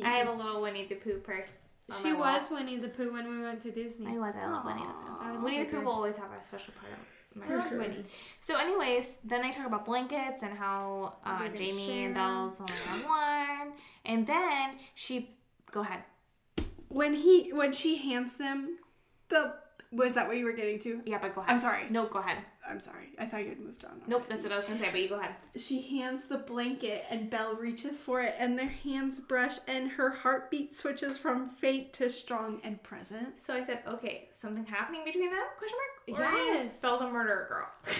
Speaker 2: Aww.
Speaker 1: have a little Winnie the Pooh purse. on
Speaker 3: She
Speaker 1: my
Speaker 3: was
Speaker 1: wall.
Speaker 3: Winnie the Pooh when we went to Disney.
Speaker 1: I was. I love Winnie the
Speaker 2: Aw.
Speaker 1: Pooh.
Speaker 3: I was
Speaker 1: Winnie
Speaker 3: a
Speaker 1: the Pooh
Speaker 3: bigger-
Speaker 1: will always have a special part of my
Speaker 3: I love
Speaker 1: room.
Speaker 3: Winnie.
Speaker 1: So, anyways, then I talk about blankets and how uh,
Speaker 3: They're gonna
Speaker 1: Jamie
Speaker 3: share.
Speaker 1: and Belle's only on one, and then she. Go ahead.
Speaker 2: When he, when she hands them the, was that what you were getting to?
Speaker 1: Yeah, but go ahead.
Speaker 2: I'm sorry.
Speaker 1: No, go ahead.
Speaker 2: I'm sorry. I thought you had moved on.
Speaker 1: Nope,
Speaker 2: already.
Speaker 1: that's what I was gonna say. But you go ahead.
Speaker 2: She hands the blanket and Belle reaches for it and their hands brush and her heartbeat switches from faint to strong and present.
Speaker 1: So I said, okay, something happening between them? Question mark. Or
Speaker 3: Yes.
Speaker 1: is Belle the murderer girl?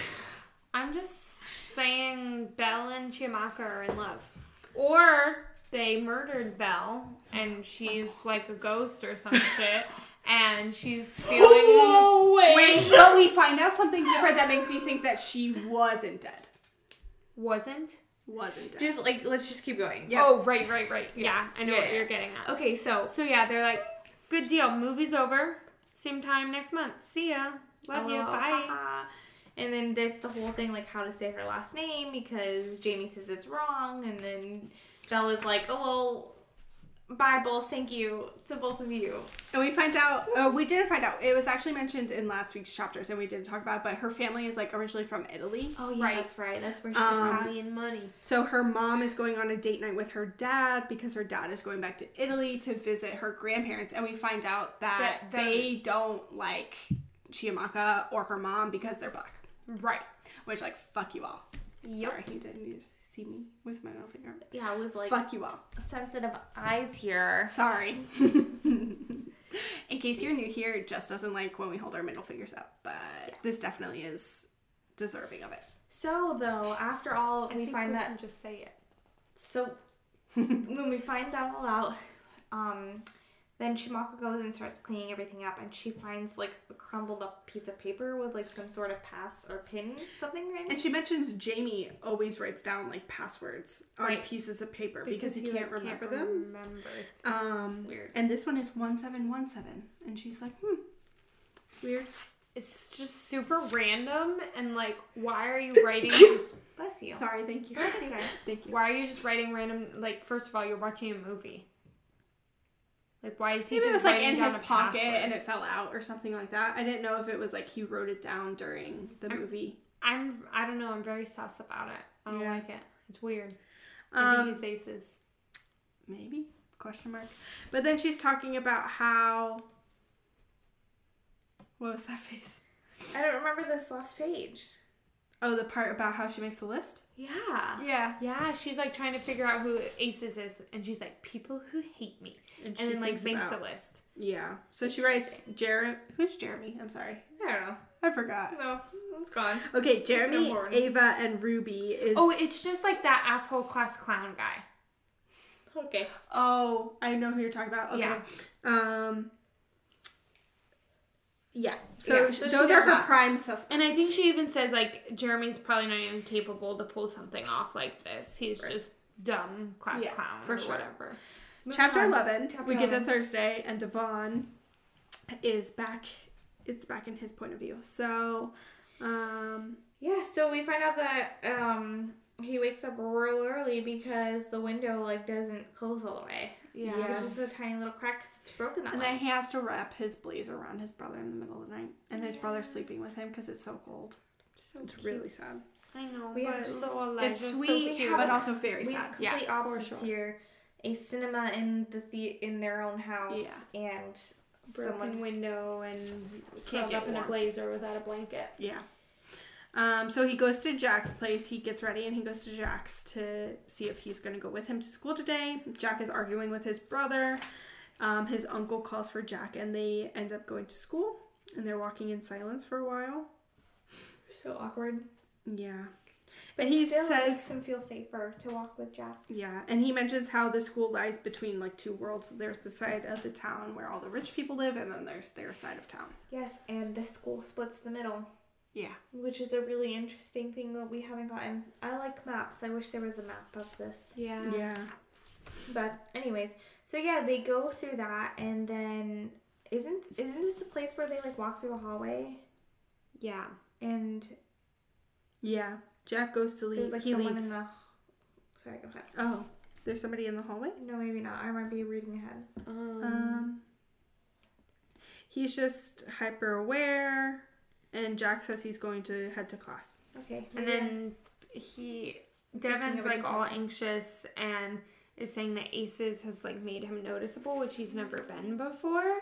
Speaker 3: I'm just saying Belle and Chimaka are in love, or they murdered Belle and she's like a ghost or some shit, and she's feeling.
Speaker 2: wait! But we find out something different that makes me think that she wasn't dead.
Speaker 3: wasn't.
Speaker 2: Wasn't dead.
Speaker 1: just like let's just keep going.
Speaker 2: Yeah.
Speaker 3: Oh, right, right, right. Yeah, I know
Speaker 1: Yeah,
Speaker 3: what
Speaker 1: yeah.
Speaker 3: you're getting at.
Speaker 1: Okay, so
Speaker 3: So yeah, they're like, good deal. Movie's over. Same time next month. See ya. Love you.
Speaker 1: Hello,
Speaker 3: Bye.
Speaker 1: haha. And then there's the whole thing like how to say her last name because Jamie says it's wrong, and then Bella's like, "Oh well, bye, both. Thank you to both of you."
Speaker 2: And we find out, oh, we didn't find out. It was actually mentioned in last week's chapters, and we didn't talk about. It, but her family is like originally from Italy,
Speaker 1: Oh yeah,
Speaker 3: Right.
Speaker 1: that's right. That's where she's
Speaker 2: Um,
Speaker 1: from.
Speaker 3: Italian money.
Speaker 2: so her mom is going on a date night with her dad because her dad is going back to Italy to visit her grandparents. And we find out that,
Speaker 3: That- that-
Speaker 2: they don't like Chiamaka or her mom because they're black.
Speaker 3: Right.
Speaker 2: Which, like, fuck you all.
Speaker 3: Yep.
Speaker 2: Sorry, you didn't use see me with my middle finger.
Speaker 1: Yeah, I was like
Speaker 2: Fuck you all.
Speaker 1: sensitive eyes here.
Speaker 2: Sorry. In case you're new here, it just doesn't like when we hold our middle fingers up, but this definitely is deserving of it.
Speaker 1: So though, after all,
Speaker 3: I
Speaker 1: we
Speaker 3: think
Speaker 1: find that
Speaker 3: Can just say it.
Speaker 1: So when we find that all out, um, then Shimako goes and starts cleaning everything up, and she finds like a crumbled up piece of paper with like some sort of pass or pin something in it.
Speaker 2: And she mentions Jamie always writes down like passwords on
Speaker 1: Right.
Speaker 2: pieces of paper because, he, can't,
Speaker 3: like,
Speaker 2: remember them.
Speaker 3: Remember.
Speaker 2: Um,
Speaker 1: Weird.
Speaker 2: And this one is 1717. And she's like, hmm, weird.
Speaker 3: It's just super random and like, why are you writing? just,
Speaker 1: Bless you.
Speaker 2: Sorry, thank you.
Speaker 1: Bless you guys.
Speaker 2: Thank you.
Speaker 3: why are you just writing random? Like, first of all, you're watching a movie. Like, why is he
Speaker 2: Maybe it was
Speaker 3: just
Speaker 2: like
Speaker 3: writing
Speaker 2: in
Speaker 3: down
Speaker 2: his
Speaker 3: a
Speaker 2: pocket
Speaker 3: password?
Speaker 2: and it fell out or something like that. I didn't know if it was like he wrote it down during the
Speaker 3: I'm-
Speaker 2: movie.
Speaker 3: I'm I don't know. I'm very sus about it. I don't
Speaker 2: Yeah.
Speaker 3: like it. It's weird. Maybe
Speaker 2: Um,
Speaker 3: he's aces.
Speaker 2: maybe question mark but then she's talking about how what was that face
Speaker 1: I don't remember this last page.
Speaker 2: oh the part about how she makes a list
Speaker 1: Yeah.
Speaker 3: Uh-huh.
Speaker 2: yeah
Speaker 3: Yeah, she's like trying to figure out who aces is, and she's like people who hate me,
Speaker 2: and,
Speaker 3: and then like
Speaker 2: thinks
Speaker 3: makes
Speaker 2: about-
Speaker 3: a list.
Speaker 2: yeah so she writes jeremy who's jeremy i'm sorry
Speaker 1: I don't know.
Speaker 2: i forgot
Speaker 1: No, it's gone.
Speaker 2: okay jeremy
Speaker 1: important.
Speaker 2: ava and ruby is
Speaker 3: Oh, it's just like that asshole class clown guy.
Speaker 1: Okay.
Speaker 2: Oh, I know who you're talking about. Okay.
Speaker 3: Yeah.
Speaker 2: Um. Yeah. So,
Speaker 1: Yeah,
Speaker 2: sh-
Speaker 1: so she
Speaker 2: those
Speaker 1: does
Speaker 2: are her
Speaker 1: that.
Speaker 2: prime suspects.
Speaker 3: And I think she even says like Jeremy's probably not even capable to pull something off like this. He's just dumb class
Speaker 2: Yeah,
Speaker 3: clown
Speaker 2: for
Speaker 3: or
Speaker 2: sure.
Speaker 3: whatever.
Speaker 2: Chapter
Speaker 1: Moving on.
Speaker 2: eleven. we get to
Speaker 1: 11.
Speaker 2: Thursday, and Devon is back. It's back in his point of view. So, um,
Speaker 1: Yeah, so we find out that um he wakes up real early because the window like doesn't close all the way.
Speaker 3: Yeah.
Speaker 2: Yeah.
Speaker 1: It's just a tiny little crack 'cause it's broken that
Speaker 2: and
Speaker 1: way.
Speaker 2: then he has to wrap his blazer around his brother in the middle of the night, and his brother's sleeping with him because it's so cold.
Speaker 3: So
Speaker 2: It's
Speaker 3: cute.
Speaker 2: really sad.
Speaker 3: I know.
Speaker 1: We have
Speaker 3: but
Speaker 1: just-
Speaker 3: so
Speaker 2: it's
Speaker 3: Elijah's so
Speaker 2: sweet,
Speaker 3: cute.
Speaker 2: but also very
Speaker 1: we
Speaker 2: sad.
Speaker 1: have
Speaker 3: Yeah,
Speaker 1: complete
Speaker 2: for
Speaker 1: opposites
Speaker 2: sure.
Speaker 1: here. A cinema in the, the in their own house and
Speaker 3: broken
Speaker 1: someone
Speaker 3: window and
Speaker 2: Can't
Speaker 3: curled
Speaker 2: get
Speaker 3: up in a
Speaker 2: warm.
Speaker 3: blazer without a blanket.
Speaker 2: Yeah. Um, so he goes to Jack's place. He gets ready and he goes to Jack's to see if he's going to go with him to school today. Jack is arguing with his brother. Um, his uncle calls for Jack and they end up going to school and they're walking in silence for a while.
Speaker 1: so awkward.
Speaker 2: Yeah. and he
Speaker 1: still it
Speaker 2: says,
Speaker 1: makes him feel safer to walk with Jack.
Speaker 2: yeah, and he mentions how the school lies between like two worlds. There's the side of the town where all the rich people live, and then there's their side of town.
Speaker 1: Yes, and the school splits the middle,
Speaker 2: Yeah.
Speaker 1: which is a really interesting thing that we haven't gotten. I like maps. I wish there was a map of this.
Speaker 3: Yeah.
Speaker 2: Yeah.
Speaker 1: But anyways, so yeah, they go through that and then isn't isn't this the place where they like walk through a hallway
Speaker 3: Yeah.
Speaker 1: and
Speaker 2: Yeah. Jack goes to leave.
Speaker 1: there's like
Speaker 2: he
Speaker 1: someone
Speaker 2: leaves.
Speaker 1: in the Sorry, go ahead.
Speaker 2: oh, there's somebody in the hallway?
Speaker 1: No, maybe not. I might be reading ahead.
Speaker 3: Um,
Speaker 2: Um, he's just hyper aware, and Jack says he's going to head to class.
Speaker 1: Okay.
Speaker 3: and
Speaker 1: maybe
Speaker 3: then he
Speaker 1: Thinking
Speaker 3: Devin's
Speaker 1: of a
Speaker 3: like all
Speaker 1: different-
Speaker 3: anxious and is saying that Aces has like made him noticeable, which he's never been before.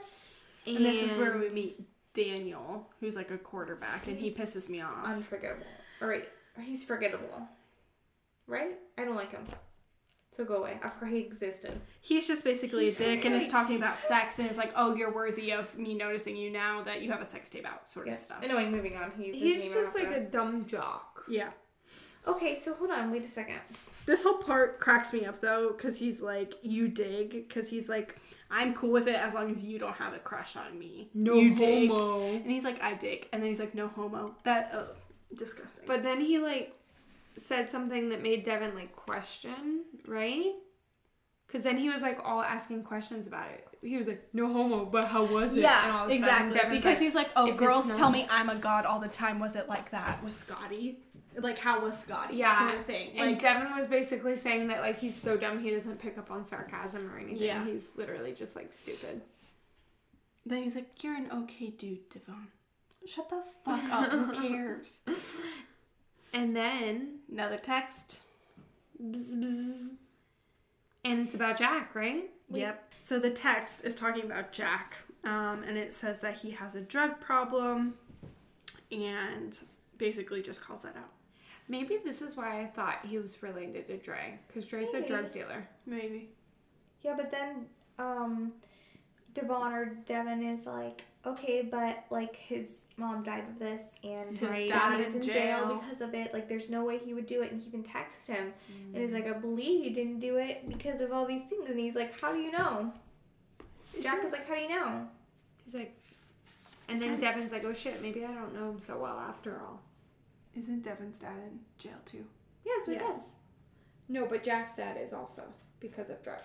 Speaker 2: And, this is where we meet Daniel, who's like a quarterback, and he pisses me
Speaker 1: he's
Speaker 2: off.
Speaker 1: Unforgettable. All right, he's forgettable. Right? I don't like him. So go away. I forgot he existed.
Speaker 2: he's just basically
Speaker 1: He's
Speaker 2: a dick
Speaker 1: just
Speaker 2: and is
Speaker 1: like-
Speaker 2: talking about sex and is like, oh, you're worthy of me noticing you now that you have a sex tape out, sort
Speaker 1: Yeah.
Speaker 2: of stuff.
Speaker 1: Anyway, moving on. He's,
Speaker 3: he's just like a dumb jock.
Speaker 2: Yeah.
Speaker 1: Okay, so hold on. Wait a second.
Speaker 2: This whole part cracks me up though, because he's like, you dig, because he's like, I'm cool with it as long as you don't have a crush on me. you dig. And he's like, I dig. And then he's like, no homo. That, oh, disgusting.
Speaker 3: But then he like said something that made Devin like question, right? Because then he was like all asking questions about it. He was like, "No homo," but how was it? And all
Speaker 2: yeah,
Speaker 3: of a sudden
Speaker 2: exactly.
Speaker 3: Devin's
Speaker 2: because
Speaker 3: like,
Speaker 2: he's like, oh,
Speaker 3: if it's
Speaker 2: girls
Speaker 3: not-
Speaker 2: tell me I'm a god all the time. Was it like that with Scotty? Like, how was Scotty?
Speaker 3: Yeah.
Speaker 2: Sort of thing.
Speaker 3: And
Speaker 2: Like,
Speaker 3: Devin was basically saying that like he's so dumb he doesn't pick up on sarcasm or anything.
Speaker 2: Yeah.
Speaker 3: He's literally just like stupid.
Speaker 2: then he's like, you're an okay dude, Devon. Shut the fuck up. Who cares?
Speaker 3: And then
Speaker 2: Another text.
Speaker 3: bzz, bzz. and it's about Jack, right?
Speaker 2: Yep. So the text is talking about Jack, um, and it says that he has a drug problem, and basically just calls that out.
Speaker 3: Maybe this is why I thought he was related to Dre, because Dre's a drug
Speaker 1: Maybe.
Speaker 3: dealer.
Speaker 2: Maybe.
Speaker 1: Yeah, but then um Devon or Devon is like, okay, but like his mom died of this and his
Speaker 2: Right.
Speaker 1: dad
Speaker 2: Dad's
Speaker 1: is
Speaker 2: in
Speaker 1: in jail.
Speaker 2: jail.
Speaker 1: because of it. Like there's no way he would do it and he even texts him and he's like, I believe you didn't do it because of all these things and he's like, How do you know? Jack is like, How do you know?
Speaker 3: He's like, and then Devin's like, oh shit, maybe I don't know him so well after all.
Speaker 2: Isn't Devin's dad in jail too?
Speaker 1: Yes, we
Speaker 3: Yes. No, but Jack's dad is also because of drugs.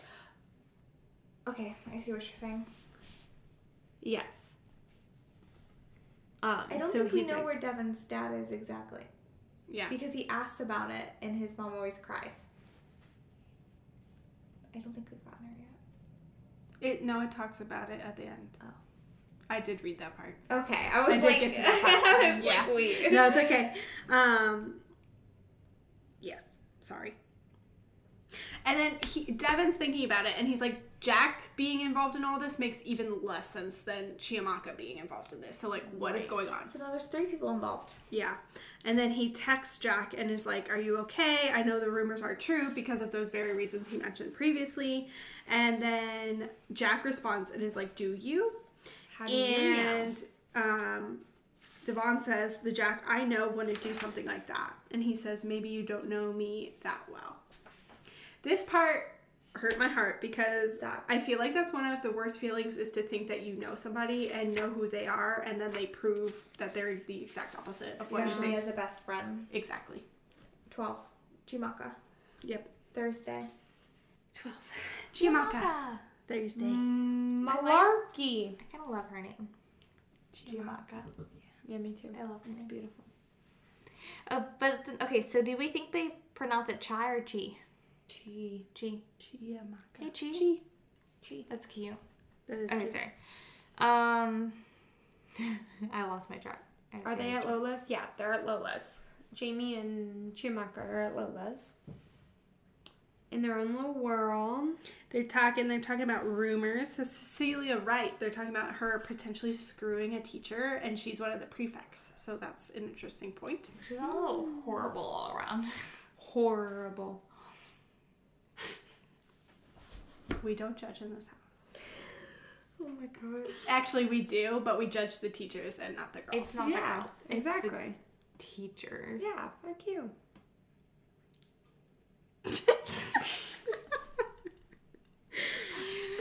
Speaker 1: Okay, I see what you're saying.
Speaker 3: Yes. Um,
Speaker 1: I don't
Speaker 3: so
Speaker 1: think we
Speaker 3: he's
Speaker 1: know
Speaker 3: like,
Speaker 1: where Devin's dad is exactly.
Speaker 2: Yeah.
Speaker 1: Because he asked about it and his mom always cries. I don't think we've gotten her yet.
Speaker 2: It no, it talks about it at the end.
Speaker 1: Oh.
Speaker 2: I did read that part.
Speaker 1: Okay, I was
Speaker 2: I did
Speaker 1: like,
Speaker 2: get to that
Speaker 1: I was
Speaker 2: part.
Speaker 1: like, wait.
Speaker 2: no, it's okay. Um, yes, sorry. And then he, Devin's thinking about it, and he's like, Jack being involved in all this makes even less sense than Chiamaka being involved in this. So, like, what is
Speaker 1: Right.
Speaker 2: going on?
Speaker 1: So now there's three people involved.
Speaker 2: Yeah. And then he texts Jack and is like, Are you okay? I know the rumors are true because of those very reasons he mentioned previously. And then Jack responds and is like, Do you?
Speaker 3: how do you know?
Speaker 2: And um, Devon says, The Jack I know wouldn't do something like that. And he says, Maybe you don't know me that well. This part hurt my heart because I feel like that's one of the worst feelings is to think that you know somebody and know who they are and then they prove that they're the exact opposite of
Speaker 1: So
Speaker 2: what you
Speaker 1: usually
Speaker 2: think.
Speaker 1: as a best friend.
Speaker 2: Exactly.
Speaker 1: 12. Chimaka.
Speaker 2: Yep.
Speaker 1: Thursday.
Speaker 2: 12. Chiamaka. Thursday.
Speaker 1: Mm.
Speaker 3: Mm, Malarkey.
Speaker 1: I kind of love her name. Chimaka.
Speaker 3: Yeah, me too.
Speaker 1: I love her
Speaker 3: It's
Speaker 1: name.
Speaker 3: beautiful.
Speaker 1: Uh, but, it's- okay, so do we think they pronounce it Chi or Chi?
Speaker 3: Gee.
Speaker 1: Chi.
Speaker 2: Chiamaka.
Speaker 1: Hey, Chi. That's cute.
Speaker 2: That is
Speaker 1: Okay,
Speaker 2: cute.
Speaker 1: sorry. Um, I lost my track. I
Speaker 3: Are they
Speaker 1: think-
Speaker 3: at Lola's? Yeah, they're at Lola's. Jamie and Chimaka are at Lola's. In their own little world.
Speaker 2: They're talking. They're talking about rumors. So Cecilia Wright. They're talking about her potentially screwing a teacher, and she's one of the prefects. So that's an interesting point.
Speaker 1: She's a little horrible all around.
Speaker 3: Horrible.
Speaker 2: We don't judge in this house.
Speaker 1: Oh my god.
Speaker 2: Actually, we do, but we judge the teachers and not the girls.
Speaker 1: It's not the
Speaker 3: yeah,
Speaker 1: girls. It's the
Speaker 3: exactly.
Speaker 1: Teacher.
Speaker 3: Yeah, fuck you.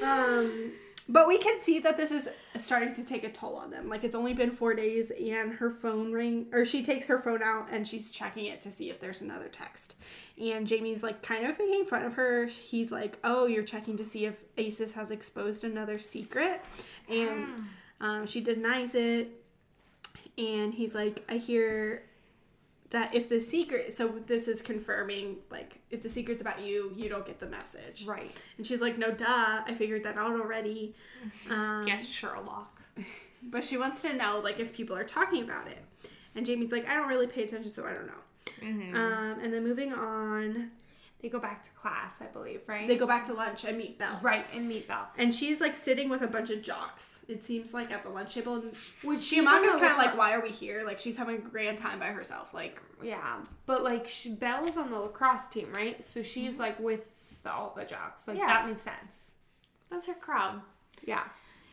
Speaker 2: um, but we can see that this is starting to take a toll on them. Like it's only been four days, and her phone ring, or she takes her phone out and she's checking it to see if there's another text. And Jamie's like kind of making fun of her. He's like, "Oh, you're checking to see if Aces has exposed another secret,"
Speaker 1: Ah.
Speaker 2: and um, she denies it. And he's like, "I hear." That if the secret, so this is confirming, like, if the secret's about you, you don't get the message.
Speaker 3: Right.
Speaker 2: And she's like, no, duh, I figured that out already. Um,
Speaker 1: Yes, Sherlock.
Speaker 2: But she wants to know, like, if people are talking about it. And Jamie's like, I don't really pay attention, so I don't know.
Speaker 3: Mm.
Speaker 1: Ah,
Speaker 2: Um, and then moving on,
Speaker 3: They go back to class, I believe, right?
Speaker 2: they go back to lunch and meet Belle.
Speaker 3: right and meet Belle.
Speaker 2: And she's like sitting with a bunch of jocks. It seems like at the lunch table. And
Speaker 3: Which she's "Oh, uh-" on
Speaker 2: Shimaka's
Speaker 3: the
Speaker 2: kind of like,
Speaker 3: lookout-
Speaker 2: why are we here? Like, she's having a grand time by herself. Like,
Speaker 3: yeah, but like she, Belle's on the lacrosse team, right? So she's like with all the jocks. Like
Speaker 1: Yeah.
Speaker 3: that makes sense.
Speaker 1: That's her crowd.
Speaker 3: Yeah.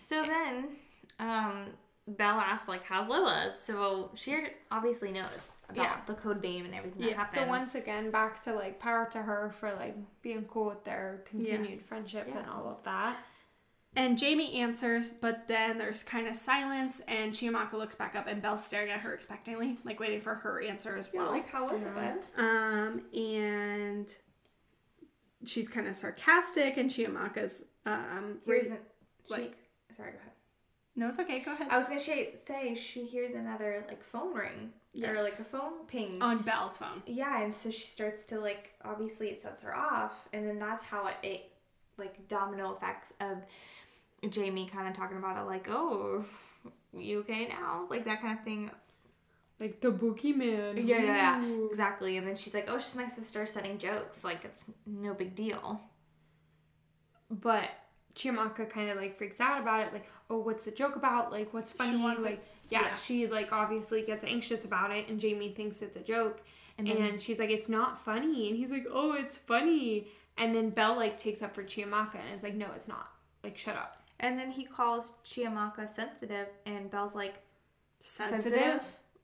Speaker 1: So then, um, Belle asks, like, how's Lila? So she obviously knows about
Speaker 3: Yeah.
Speaker 1: the code name and everything that
Speaker 3: Yeah.
Speaker 1: happened.
Speaker 3: So once again, back to like power to her for like being cool with their continued friendship and all of that.
Speaker 2: and Jamie answers, but then there's kind of silence. And Shimaka looks back up, and Belle's staring at her expectantly, like waiting for her answer as well.
Speaker 1: how was
Speaker 3: Yeah.
Speaker 1: Ben?
Speaker 2: Um, and she's kind of sarcastic, and Chiamaka's um,
Speaker 1: Here's an, she,
Speaker 2: like-
Speaker 1: sorry, go ahead.
Speaker 2: no, it's okay. Go ahead.
Speaker 1: I was gonna say, say she hears another like phone ring
Speaker 2: Yes. Oh,
Speaker 1: or like a phone ping.
Speaker 2: on Belle's phone.
Speaker 1: yeah, and so she starts to like obviously it sets her off, and then that's how it, it like domino effects of Jamie kind of talking about it like, oh, you okay now? Like that kind of thing.
Speaker 3: Like the boogeyman.
Speaker 1: Yeah, yeah, yeah,
Speaker 3: Ooh.
Speaker 1: exactly. And then she's like, oh, she's my sister setting jokes. Like it's no big deal.
Speaker 3: But Chiamaka kind of like freaks out about it. Like, oh, what's the joke about? Like, what's funny?
Speaker 2: wants it-
Speaker 3: like, yeah,
Speaker 2: yeah.
Speaker 3: she like obviously gets anxious about it, and Jamie thinks it's a joke.
Speaker 1: And then
Speaker 3: and she's like, "It's not funny," and he's like, "Oh, it's funny." And then Belle like takes up for Chiamaka and is like, "No, it's not. Like, shut up."
Speaker 1: and then he calls Chiamaka sensitive, and Belle's like
Speaker 2: Sensitive.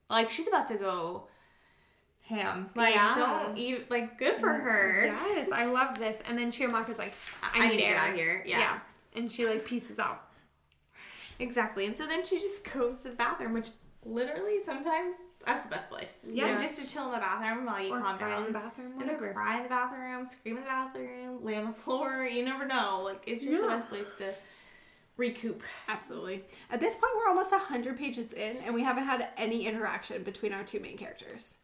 Speaker 1: Like she's about to go ham. Like
Speaker 3: Yeah.
Speaker 1: don't even like good for her.
Speaker 3: Yes, I love this. And then Chiamaka's like,
Speaker 1: I, need to get out of here. Yeah.
Speaker 3: And she like pieces out.
Speaker 1: exactly. And so then she just goes to the bathroom, which literally sometimes that's the best place.
Speaker 3: Yeah.
Speaker 1: Like, just to chill in the bathroom while you
Speaker 3: Or
Speaker 1: calm
Speaker 3: cry in the
Speaker 1: down.
Speaker 3: bathroom,
Speaker 1: And then
Speaker 3: whatever.
Speaker 1: cry in the bathroom, scream in the bathroom, lay on the floor. You never know. Like it's just the
Speaker 3: Yeah.
Speaker 1: best place to recoup.
Speaker 2: Absolutely. At this point, we're almost 100 pages in, and we haven't had any interaction between our two main characters.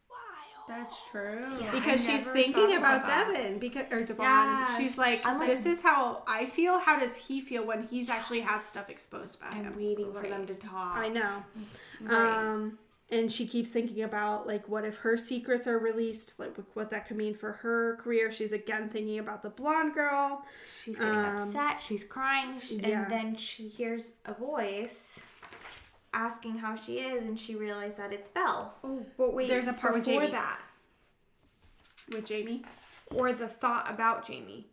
Speaker 3: That's true.
Speaker 2: Because she's thinking about Devin, because or Devon.
Speaker 3: Yeah,
Speaker 2: she's like,
Speaker 1: I'm like-
Speaker 2: this is how I feel. How does he feel when he's actually had stuff exposed about him?
Speaker 1: I'm waiting for them to talk.
Speaker 2: I know.
Speaker 3: Right.
Speaker 2: Um, and she keeps thinking about like, what if her secrets are released? Like, what that could mean for her career. She's again thinking about the blonde girl.
Speaker 1: She's getting
Speaker 2: Um,
Speaker 1: upset. She's crying, sh-
Speaker 2: yeah.
Speaker 1: and then she hears a voice asking how she is, and she realizes that it's Belle.
Speaker 3: Oh, but wait.
Speaker 2: There's a part with
Speaker 3: before
Speaker 2: Jamie.
Speaker 3: that,
Speaker 2: with Jamie.
Speaker 3: or the thought about Jamie.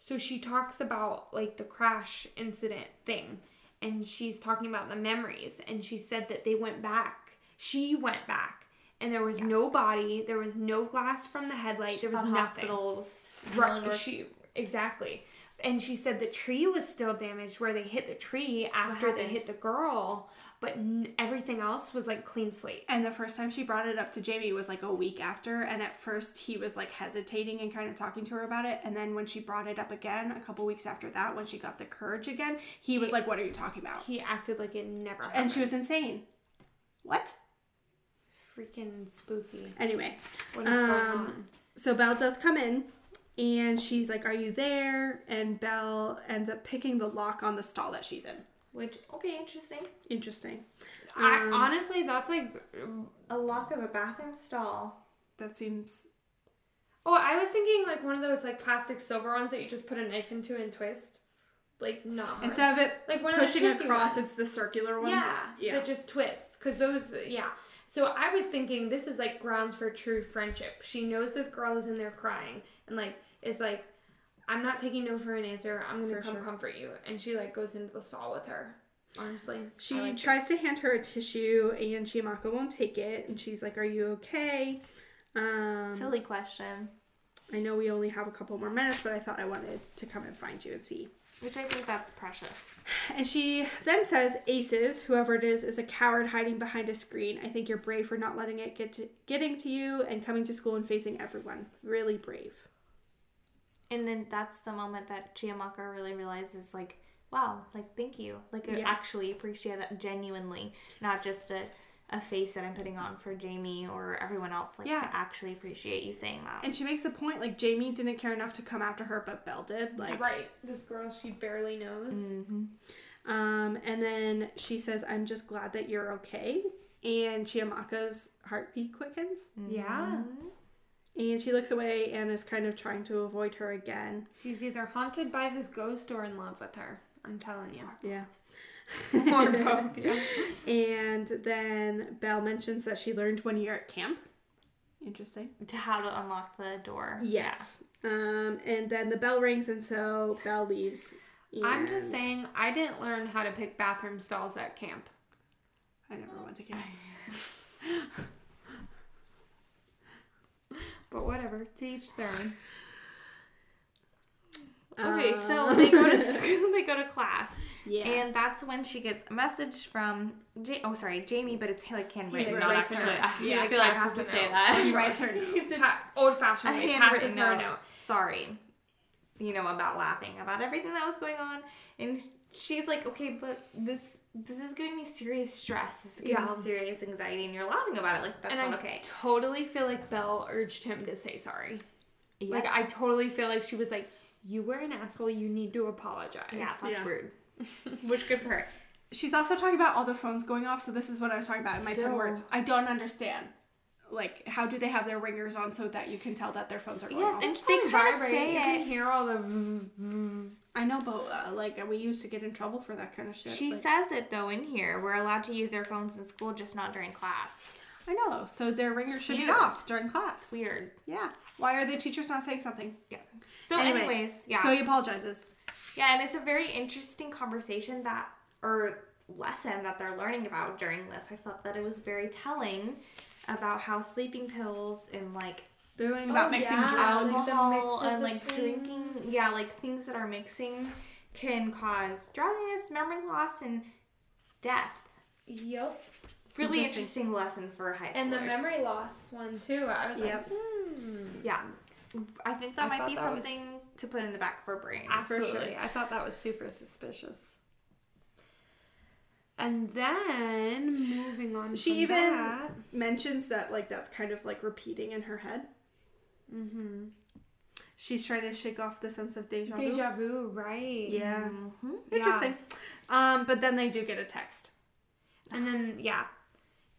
Speaker 3: So she talks about like the crash incident thing, and she's talking about the memories, and she said that they went back. She went back, and there was no body. There was no glass from the headlight. there was
Speaker 1: About
Speaker 3: nothing.
Speaker 1: hospitals.
Speaker 3: Right.
Speaker 1: Eleanor-
Speaker 3: She exactly. And she said the tree was still damaged where they hit the tree after they
Speaker 1: happened.
Speaker 3: hit the girl, but n- everything else was like clean slate.
Speaker 2: And the first time she brought it up to Jamie was like a week after. And at first he was like hesitating and kind of talking to her about it. And then when she brought it up again a couple weeks after that, when she got the courage again, he was like, What are you talking about?
Speaker 3: He acted like it never happened.
Speaker 2: And she was insane. What?
Speaker 3: freaking spooky.
Speaker 2: Anyway,
Speaker 3: What is going
Speaker 2: Um,
Speaker 3: on?
Speaker 2: so Belle does come in and she's like, Are you there? And Belle ends up picking the lock on the stall that she's in.
Speaker 1: Which okay, interesting.
Speaker 2: Interesting.
Speaker 3: I
Speaker 2: um,
Speaker 3: honestly, that's like.
Speaker 1: A lock of a bathroom stall.
Speaker 2: That seems.
Speaker 3: Oh, I was thinking like one of those like plastic silver ones that you just put a knife into and twist, like not hard.
Speaker 2: Instead of it
Speaker 3: like one of the
Speaker 2: pushing
Speaker 3: twisty
Speaker 2: across,
Speaker 3: ones.
Speaker 2: it's the circular ones.
Speaker 3: Yeah, that just twists. Because those, yeah. So I was thinking this is like grounds for true friendship. She knows this girl is in there crying and like is like, I'm not taking no for an answer. I'm gonna
Speaker 1: For
Speaker 3: come
Speaker 1: sure.
Speaker 3: comfort you. And she like goes into the stall with her. Honestly, I
Speaker 2: She
Speaker 3: liked it.
Speaker 2: tries to hand her a tissue, and Chiamaka won't take it. And she's like, "Are you okay?" Um,
Speaker 1: Silly question.
Speaker 2: I know we only have a couple more minutes, but I thought I wanted to come and find you and see.
Speaker 1: Which I think that's precious.
Speaker 2: And she then says, "Aces, whoever it is, is a coward hiding behind a screen. I think you're brave for not letting it get to, getting to you and coming to school and facing everyone. Really brave."
Speaker 1: And then that's the moment that Chiamaka really realizes, like, wow, like thank you, like I
Speaker 2: Yeah.
Speaker 1: actually appreciate that genuinely, not just a a face that I'm putting on for Jamie or everyone else. Like,
Speaker 2: Yeah.
Speaker 1: I actually appreciate you saying that.
Speaker 2: And she makes a point like Jamie didn't care enough to come after her, but Belle did. Like,
Speaker 3: right. This girl she barely knows.
Speaker 2: Um, and then she says, I'm just glad that you're okay. And Chiamaka's heartbeat quickens.
Speaker 3: Yeah,
Speaker 2: And she looks away and is kind of trying to avoid her again.
Speaker 3: she's either haunted by this ghost or in love with her. I'm telling you.
Speaker 2: Yeah.
Speaker 3: Or both. yeah.
Speaker 2: And then Belle mentions that she learned one year at camp. Interesting.
Speaker 1: to how to unlock the door.
Speaker 2: Yes. Um, and then the bell rings, and so Belle leaves.
Speaker 3: I'm just
Speaker 2: and-
Speaker 3: saying, I didn't learn how to pick bathroom stalls at camp.
Speaker 2: I never went to camp.
Speaker 3: But whatever, to each their own.
Speaker 1: Okay, so
Speaker 2: Um,
Speaker 1: they go to school, they go to class,
Speaker 2: yeah.
Speaker 1: and that's when she gets a message from ja- oh sorry Jamie, but it's like handwritten,
Speaker 3: He
Speaker 1: not
Speaker 3: writes
Speaker 1: actually.
Speaker 3: her-
Speaker 1: I
Speaker 3: yeah,
Speaker 1: feel like I have
Speaker 3: passes
Speaker 1: to
Speaker 3: a
Speaker 1: say
Speaker 3: note.
Speaker 1: that.
Speaker 2: he writes her
Speaker 1: It's a
Speaker 3: Pa- old fashioned way passes
Speaker 1: handwritten
Speaker 3: her a
Speaker 1: note.
Speaker 3: note.
Speaker 1: Sorry, you know about laughing about everything that was going on, and she's like, okay, but this this is giving me serious stress. This is giving
Speaker 3: Yeah.
Speaker 1: me serious anxiety, and you're laughing about it like that's
Speaker 3: And I
Speaker 1: not okay.
Speaker 3: totally feel like Belle urged him to say sorry. Like I totally feel like she was like, "You were an asshole. You need to apologize."
Speaker 1: yeah, that's
Speaker 2: Yeah.
Speaker 1: rude. Which good for her.
Speaker 2: She's also talking about all the phones going off, so this is what I was talking about in my
Speaker 1: Still.
Speaker 2: ten words. I don't understand. Like, how do they have their ringers on so that you can tell that their phones are going
Speaker 1: Yes,
Speaker 2: off?
Speaker 1: and-
Speaker 3: It's
Speaker 1: They
Speaker 3: probably
Speaker 1: kinda
Speaker 3: vibrate.
Speaker 1: say
Speaker 3: you
Speaker 1: it.
Speaker 3: can hear all the. "Mm, vroom, vroom.
Speaker 2: I know, but uh, like we used to get in trouble for that kind of shit.
Speaker 1: She
Speaker 2: like-
Speaker 1: says it though in here. We're allowed to use our phones in school, just not during class.
Speaker 2: I know. So their ringer should be
Speaker 1: Weird.
Speaker 2: off during class.
Speaker 1: Weird.
Speaker 2: Yeah. Why are the teachers not saying something?
Speaker 1: Yeah. So,
Speaker 2: Anyway,
Speaker 1: anyways, yeah.
Speaker 2: So he apologizes.
Speaker 1: Yeah, and it's a very interesting conversation that or lesson that they're learning about during this. I thought that it was very telling about how sleeping pills and like
Speaker 2: They're learning about
Speaker 3: Oh,
Speaker 2: mixing
Speaker 3: yeah,
Speaker 2: drugs.
Speaker 3: like the
Speaker 1: alcohol
Speaker 3: mixes
Speaker 1: and
Speaker 3: of
Speaker 1: like drinking,
Speaker 3: things.
Speaker 1: yeah, like things that are mixing can cause drowsiness, memory loss, and death.
Speaker 3: Yep.
Speaker 1: Really
Speaker 2: Interesting.
Speaker 1: interesting, lesson for high schoolers.
Speaker 3: And the memory loss one too. I was
Speaker 2: Yep.
Speaker 3: like, hmm.
Speaker 1: yeah. I think that
Speaker 3: I
Speaker 1: might
Speaker 3: thought
Speaker 1: be
Speaker 3: that was-
Speaker 1: something to put in the back of our brain.
Speaker 3: Absolutely. I thought that was super suspicious. And then moving on
Speaker 2: She
Speaker 3: from
Speaker 2: even-
Speaker 3: that,
Speaker 2: Mentions that like that's kind of like repeating in her head.
Speaker 3: mm-hmm.
Speaker 2: She's trying to shake off the sense of deja vu.
Speaker 3: deja vu, right?
Speaker 2: Yeah.
Speaker 1: Mhm.
Speaker 3: Yeah.
Speaker 2: Interesting. Um, but then they do get a text.
Speaker 3: And then yeah,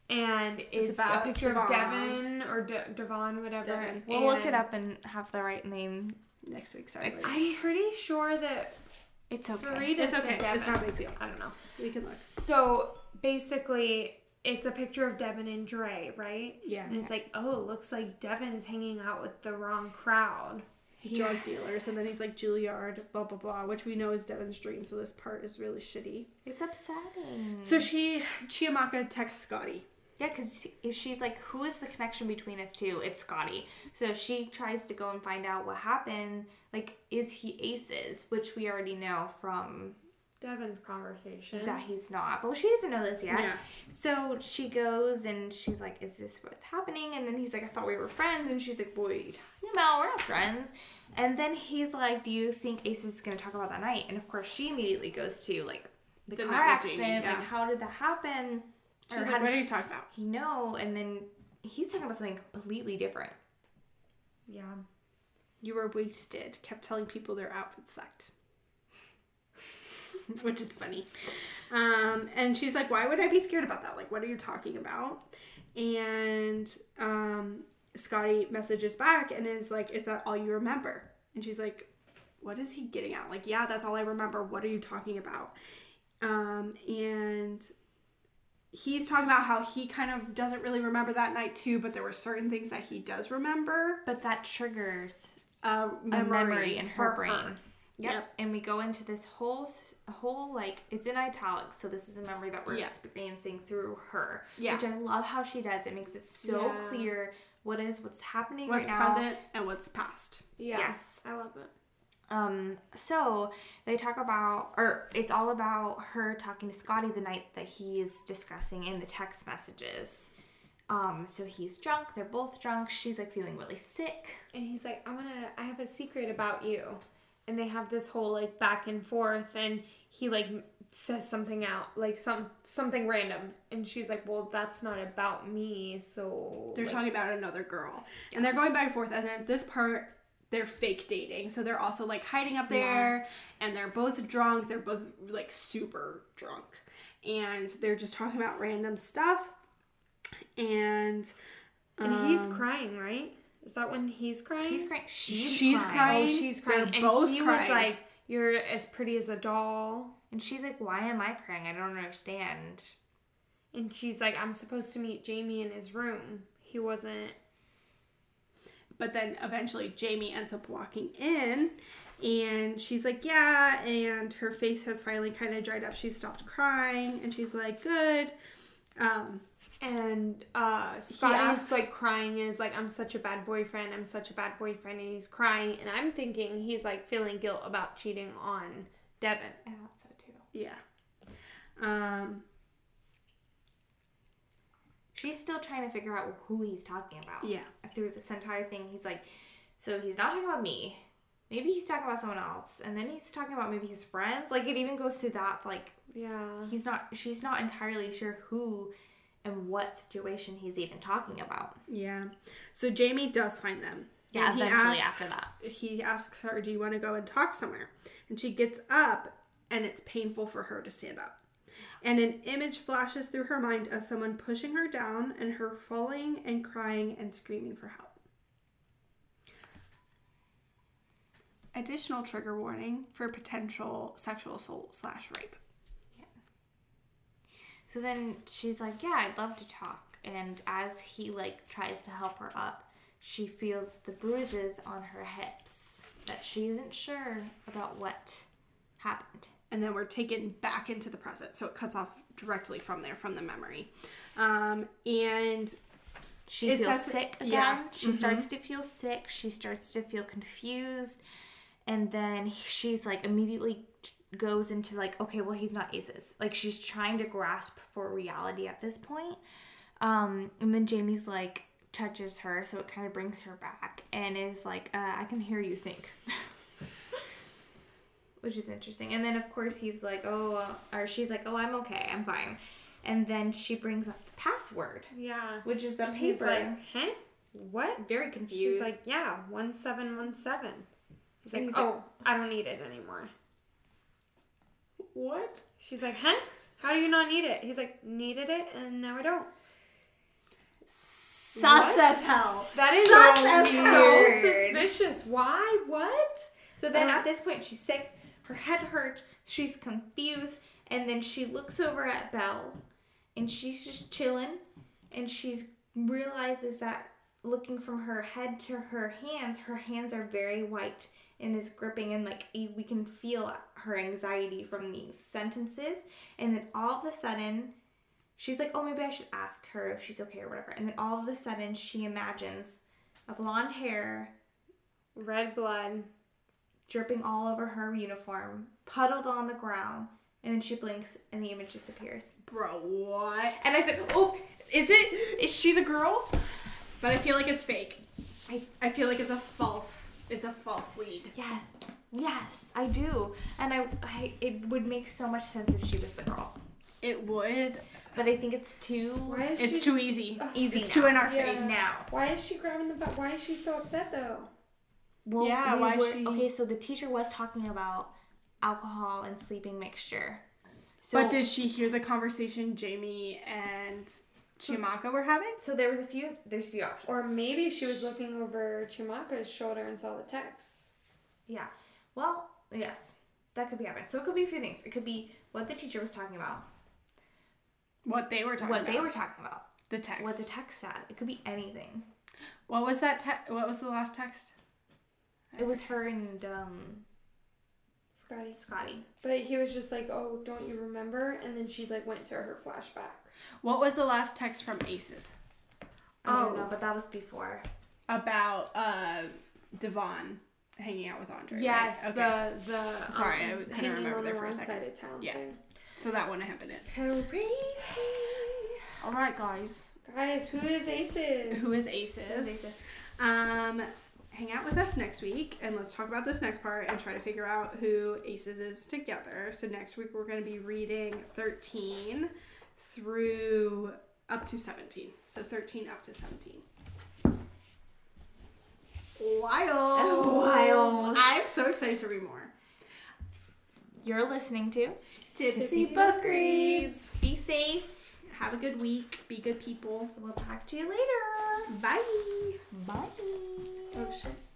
Speaker 3: and it's, a
Speaker 2: about
Speaker 3: picture of
Speaker 2: Devon.
Speaker 3: Devon or De- Devon, whatever.
Speaker 2: Devon.
Speaker 1: We'll look
Speaker 3: and
Speaker 1: it up and have the right name.
Speaker 2: Next week, sorry.
Speaker 1: It's-
Speaker 3: I'm pretty sure that
Speaker 1: It's okay.
Speaker 3: Farida
Speaker 2: It's
Speaker 3: said
Speaker 2: okay.
Speaker 3: Devon.
Speaker 2: It's not a big deal.
Speaker 3: I don't know.
Speaker 2: We can look.
Speaker 3: So basically, it's a picture of Devon and Dre, right?
Speaker 2: Yeah.
Speaker 3: And it's like, oh, looks like Devon's hanging out with the wrong crowd.
Speaker 2: Drug dealers, and then he's like Juilliard, blah blah blah, which we know is Devin's dream. So this part is really shitty.
Speaker 1: It's upsetting.
Speaker 2: So she Chiamaka texts Scotty.
Speaker 1: Yeah, because she's like, who is the connection between us two? It's Scotty. So she tries to go and find out what happened. Like, is he aces? Which we already know from
Speaker 3: Devon's conversation.
Speaker 1: that he's not. But she doesn't know this yet.
Speaker 2: Yeah.
Speaker 1: So she goes and she's like, is this what's happening? And then he's like, I thought we were friends. And she's like, what are you talking about? We're not friends. And then he's like, do you think aces is going to talk about that night? And of course, she immediately goes to like the,
Speaker 2: The
Speaker 1: car
Speaker 2: networking,
Speaker 1: accident.
Speaker 2: yeah.
Speaker 1: Like, how did that happen?
Speaker 2: She's
Speaker 1: Or
Speaker 2: like,
Speaker 1: how did
Speaker 2: what are
Speaker 1: she-
Speaker 2: you talking about?
Speaker 1: he know and then he's talking about something completely different
Speaker 3: Yeah.
Speaker 2: You were wasted. Kept telling people their outfits sucked. Which is funny. Um, and she's like, Why would I be scared about that? Like, what are you talking about? And um, Scotty messages back and is like, Is that all you remember? And she's like, What is he getting at? Like, yeah, that's all I remember. What are you talking about? Um, and he's talking about how he kind of doesn't really remember that night too, but there were certain things that he does remember
Speaker 1: but that triggers
Speaker 2: a
Speaker 1: a
Speaker 2: memory,
Speaker 1: memory in her
Speaker 3: for
Speaker 1: brain
Speaker 3: her.
Speaker 1: Yep.
Speaker 2: Yep.
Speaker 1: and we go into this whole s- whole like it's in italics so this is a memory that we're
Speaker 2: Yeah.
Speaker 1: experiencing through her
Speaker 2: Yeah.
Speaker 1: which i love how she does it makes it so
Speaker 3: Yeah.
Speaker 1: clear what is what's happening
Speaker 2: What's
Speaker 1: right now
Speaker 2: present and what's past.
Speaker 3: Yeah.
Speaker 1: Yes.
Speaker 3: I love it.
Speaker 1: Um, so they talk about, or it's all about her talking to Scotty the night that he is discussing in the text messages. Um, so he's drunk, they're both drunk, she's like feeling really sick.
Speaker 3: And he's like, I wanna I have a secret about you. And they have this whole like back and forth and he like says something out like some something random and she's like, Well, that's not about me, so
Speaker 2: They're
Speaker 3: like,
Speaker 2: talking about another girl. And they're going back and forth. And then at this part, they're fake dating. So they're also like hiding up there. And they're both drunk. They're both like super drunk. And they're just talking about random stuff. And
Speaker 3: and he's
Speaker 2: um,
Speaker 3: crying, right? Is that when he's crying?
Speaker 1: He's crying, she's,
Speaker 2: she's
Speaker 1: crying.
Speaker 2: crying.
Speaker 3: Oh, she's
Speaker 2: They're
Speaker 3: crying. and
Speaker 2: both
Speaker 3: he was
Speaker 2: crying.
Speaker 3: like, You're as pretty as a doll.
Speaker 1: And she's like, Why am I crying? I don't understand.
Speaker 3: And she's like, I'm supposed to meet Jamie in his room. He wasn't.
Speaker 2: But then eventually Jamie ends up walking in and she's like, Yeah. And her face has finally kind of dried up. She stopped crying and she's like, Good. Um,
Speaker 3: And uh,
Speaker 2: asks-
Speaker 3: Scotty's like crying and is like, I'm such a bad boyfriend. I'm such a bad boyfriend. And he's crying. And I'm thinking he's like feeling guilt about cheating on Devin.
Speaker 1: I thought so too.
Speaker 2: yeah. Um,
Speaker 1: She's still trying to figure out who he's talking about.
Speaker 2: yeah.
Speaker 1: Through this entire thing, he's like, So he's not talking about me. Maybe he's talking about someone else. And then he's talking about maybe his friends. Like, it even goes to that, like,
Speaker 3: Yeah.
Speaker 1: he's not she's not entirely sure who and what situation he's even talking about
Speaker 2: Yeah. So Jamie does find them.
Speaker 1: Yeah,
Speaker 2: And he
Speaker 1: eventually after that.
Speaker 2: He asks her, Do you want to go and talk somewhere? And she gets up, and it's painful for her to stand up. And an image flashes through her mind of someone pushing her down and her falling and crying and screaming for help. Additional trigger warning for potential sexual assault slash rape.
Speaker 1: so then she's like yeah i'd love to talk and as he like tries to help her up, she feels the bruises on her hips, but she isn't sure about what happened.
Speaker 2: and then we're taken back into the present. So it cuts off directly from there, from the memory. Um, and
Speaker 1: She
Speaker 2: It
Speaker 1: feels
Speaker 2: says-
Speaker 1: sick again.
Speaker 2: yeah. mm-hmm.
Speaker 1: She starts to feel sick. She starts to feel confused. And then she's like immediately goes into like, okay, well, he's not aces. Like she's trying to grasp for reality at this point. Um, and then Jamie's like touches her, so it kind of brings her back and is like, uh, I can hear you think. Which is interesting. And then, of course, he's like, oh, well, or she's like, oh, I'm okay, I'm fine. And then she brings up the password
Speaker 3: Yeah.
Speaker 1: which is the paper.
Speaker 3: He's like, huh? What?
Speaker 1: very
Speaker 3: She's
Speaker 1: confused.
Speaker 3: like, yeah, one seven one seven. He's like,
Speaker 1: And he's like-
Speaker 3: oh, I don't need it anymore.
Speaker 1: what?
Speaker 3: She's like, huh? How do you not need it? He's like, needed it and now I don't.
Speaker 1: Sus
Speaker 3: What?
Speaker 1: as hell.
Speaker 3: That is
Speaker 1: Sus
Speaker 3: so
Speaker 1: as hell.
Speaker 3: suspicious. Why? What?
Speaker 1: So then
Speaker 3: Um,
Speaker 1: at this point, she's sick. Her head hurts. She's confused, and then she looks over at Belle, and she's just chilling, and she's realizes that looking from her head to her hands, her hands are very white and is gripping, and like e- we can feel her anxiety from these sentences. And then all of a sudden, she's like, "Oh, maybe I should ask her if she's okay or whatever." And then all of a sudden, she imagines a blonde hair
Speaker 3: Red blood.
Speaker 1: dripping all over her uniform, puddled on the ground, and then she blinks and the image disappears.
Speaker 2: bro, what?
Speaker 1: And I said, Oh, is it? Is she the girl?
Speaker 2: but I feel like it's fake.
Speaker 1: I-
Speaker 2: I feel like it's a false. It's a false lead.
Speaker 1: Yes. Yes, I do. And I, I it would make so much sense if she was the girl.
Speaker 2: It would.
Speaker 1: But I think it's too
Speaker 3: Why is
Speaker 2: It's
Speaker 3: she?
Speaker 2: too easy.
Speaker 1: easy.
Speaker 2: It's
Speaker 1: now.
Speaker 2: too in our
Speaker 3: Yeah.
Speaker 2: face.
Speaker 1: now.
Speaker 3: why is she grabbing the butt? Why is she so upset though?
Speaker 1: Well,
Speaker 2: Yeah,
Speaker 1: we
Speaker 2: why
Speaker 1: were-
Speaker 2: she-
Speaker 1: Okay, so the teacher was talking about alcohol and sleeping mixture. So
Speaker 2: But did she hear the conversation Jamie and Chimaka were having?
Speaker 1: so there was a few there's a few options.
Speaker 3: Or maybe she was looking over Chimaka's shoulder and saw the texts.
Speaker 1: Yeah. Well, yes. That could be happening. So it could be a few things. It could be what the teacher was talking about,
Speaker 2: What they were talking
Speaker 1: what
Speaker 2: about.
Speaker 1: they were talking about,
Speaker 2: the text.
Speaker 1: what the text said. It could be anything.
Speaker 2: what was that te- what was the last text?
Speaker 1: It was her and um,
Speaker 3: Scotty.
Speaker 1: Scotty.
Speaker 3: But he was just like, "Oh, don't you remember?" And then she like went to her flashback.
Speaker 2: What was the last text from Aces?
Speaker 1: I don't
Speaker 3: Oh.
Speaker 1: know, but that was before.
Speaker 2: about uh Devon hanging out with Andre. right?
Speaker 3: Yes,
Speaker 2: Okay.
Speaker 3: the the
Speaker 2: Sorry, I
Speaker 3: um,
Speaker 2: couldn't
Speaker 3: hanging
Speaker 2: remember
Speaker 3: on the
Speaker 2: there for a
Speaker 3: wrong
Speaker 2: second.
Speaker 3: Side of town
Speaker 2: Yeah.
Speaker 3: thing.
Speaker 2: so that one I haven't it.
Speaker 1: Crazy.
Speaker 2: All right, guys.
Speaker 3: Guys, who is Aces?
Speaker 2: Who is Aces? Um, hang out with us next week, and let's talk about this next part and try to figure out who Aces is together. So next week we're going to be reading thirteen through up to seventeen. So thirteen up to seventeen. Wild,
Speaker 1: Wild.
Speaker 2: I'm so excited to read more.
Speaker 1: You're listening to
Speaker 2: Tipsy
Speaker 1: Book Reads. Be safe.
Speaker 2: Have a good week. Be good people.
Speaker 1: We'll talk to you later.
Speaker 2: Bye.
Speaker 1: Bye.
Speaker 3: Oh shit.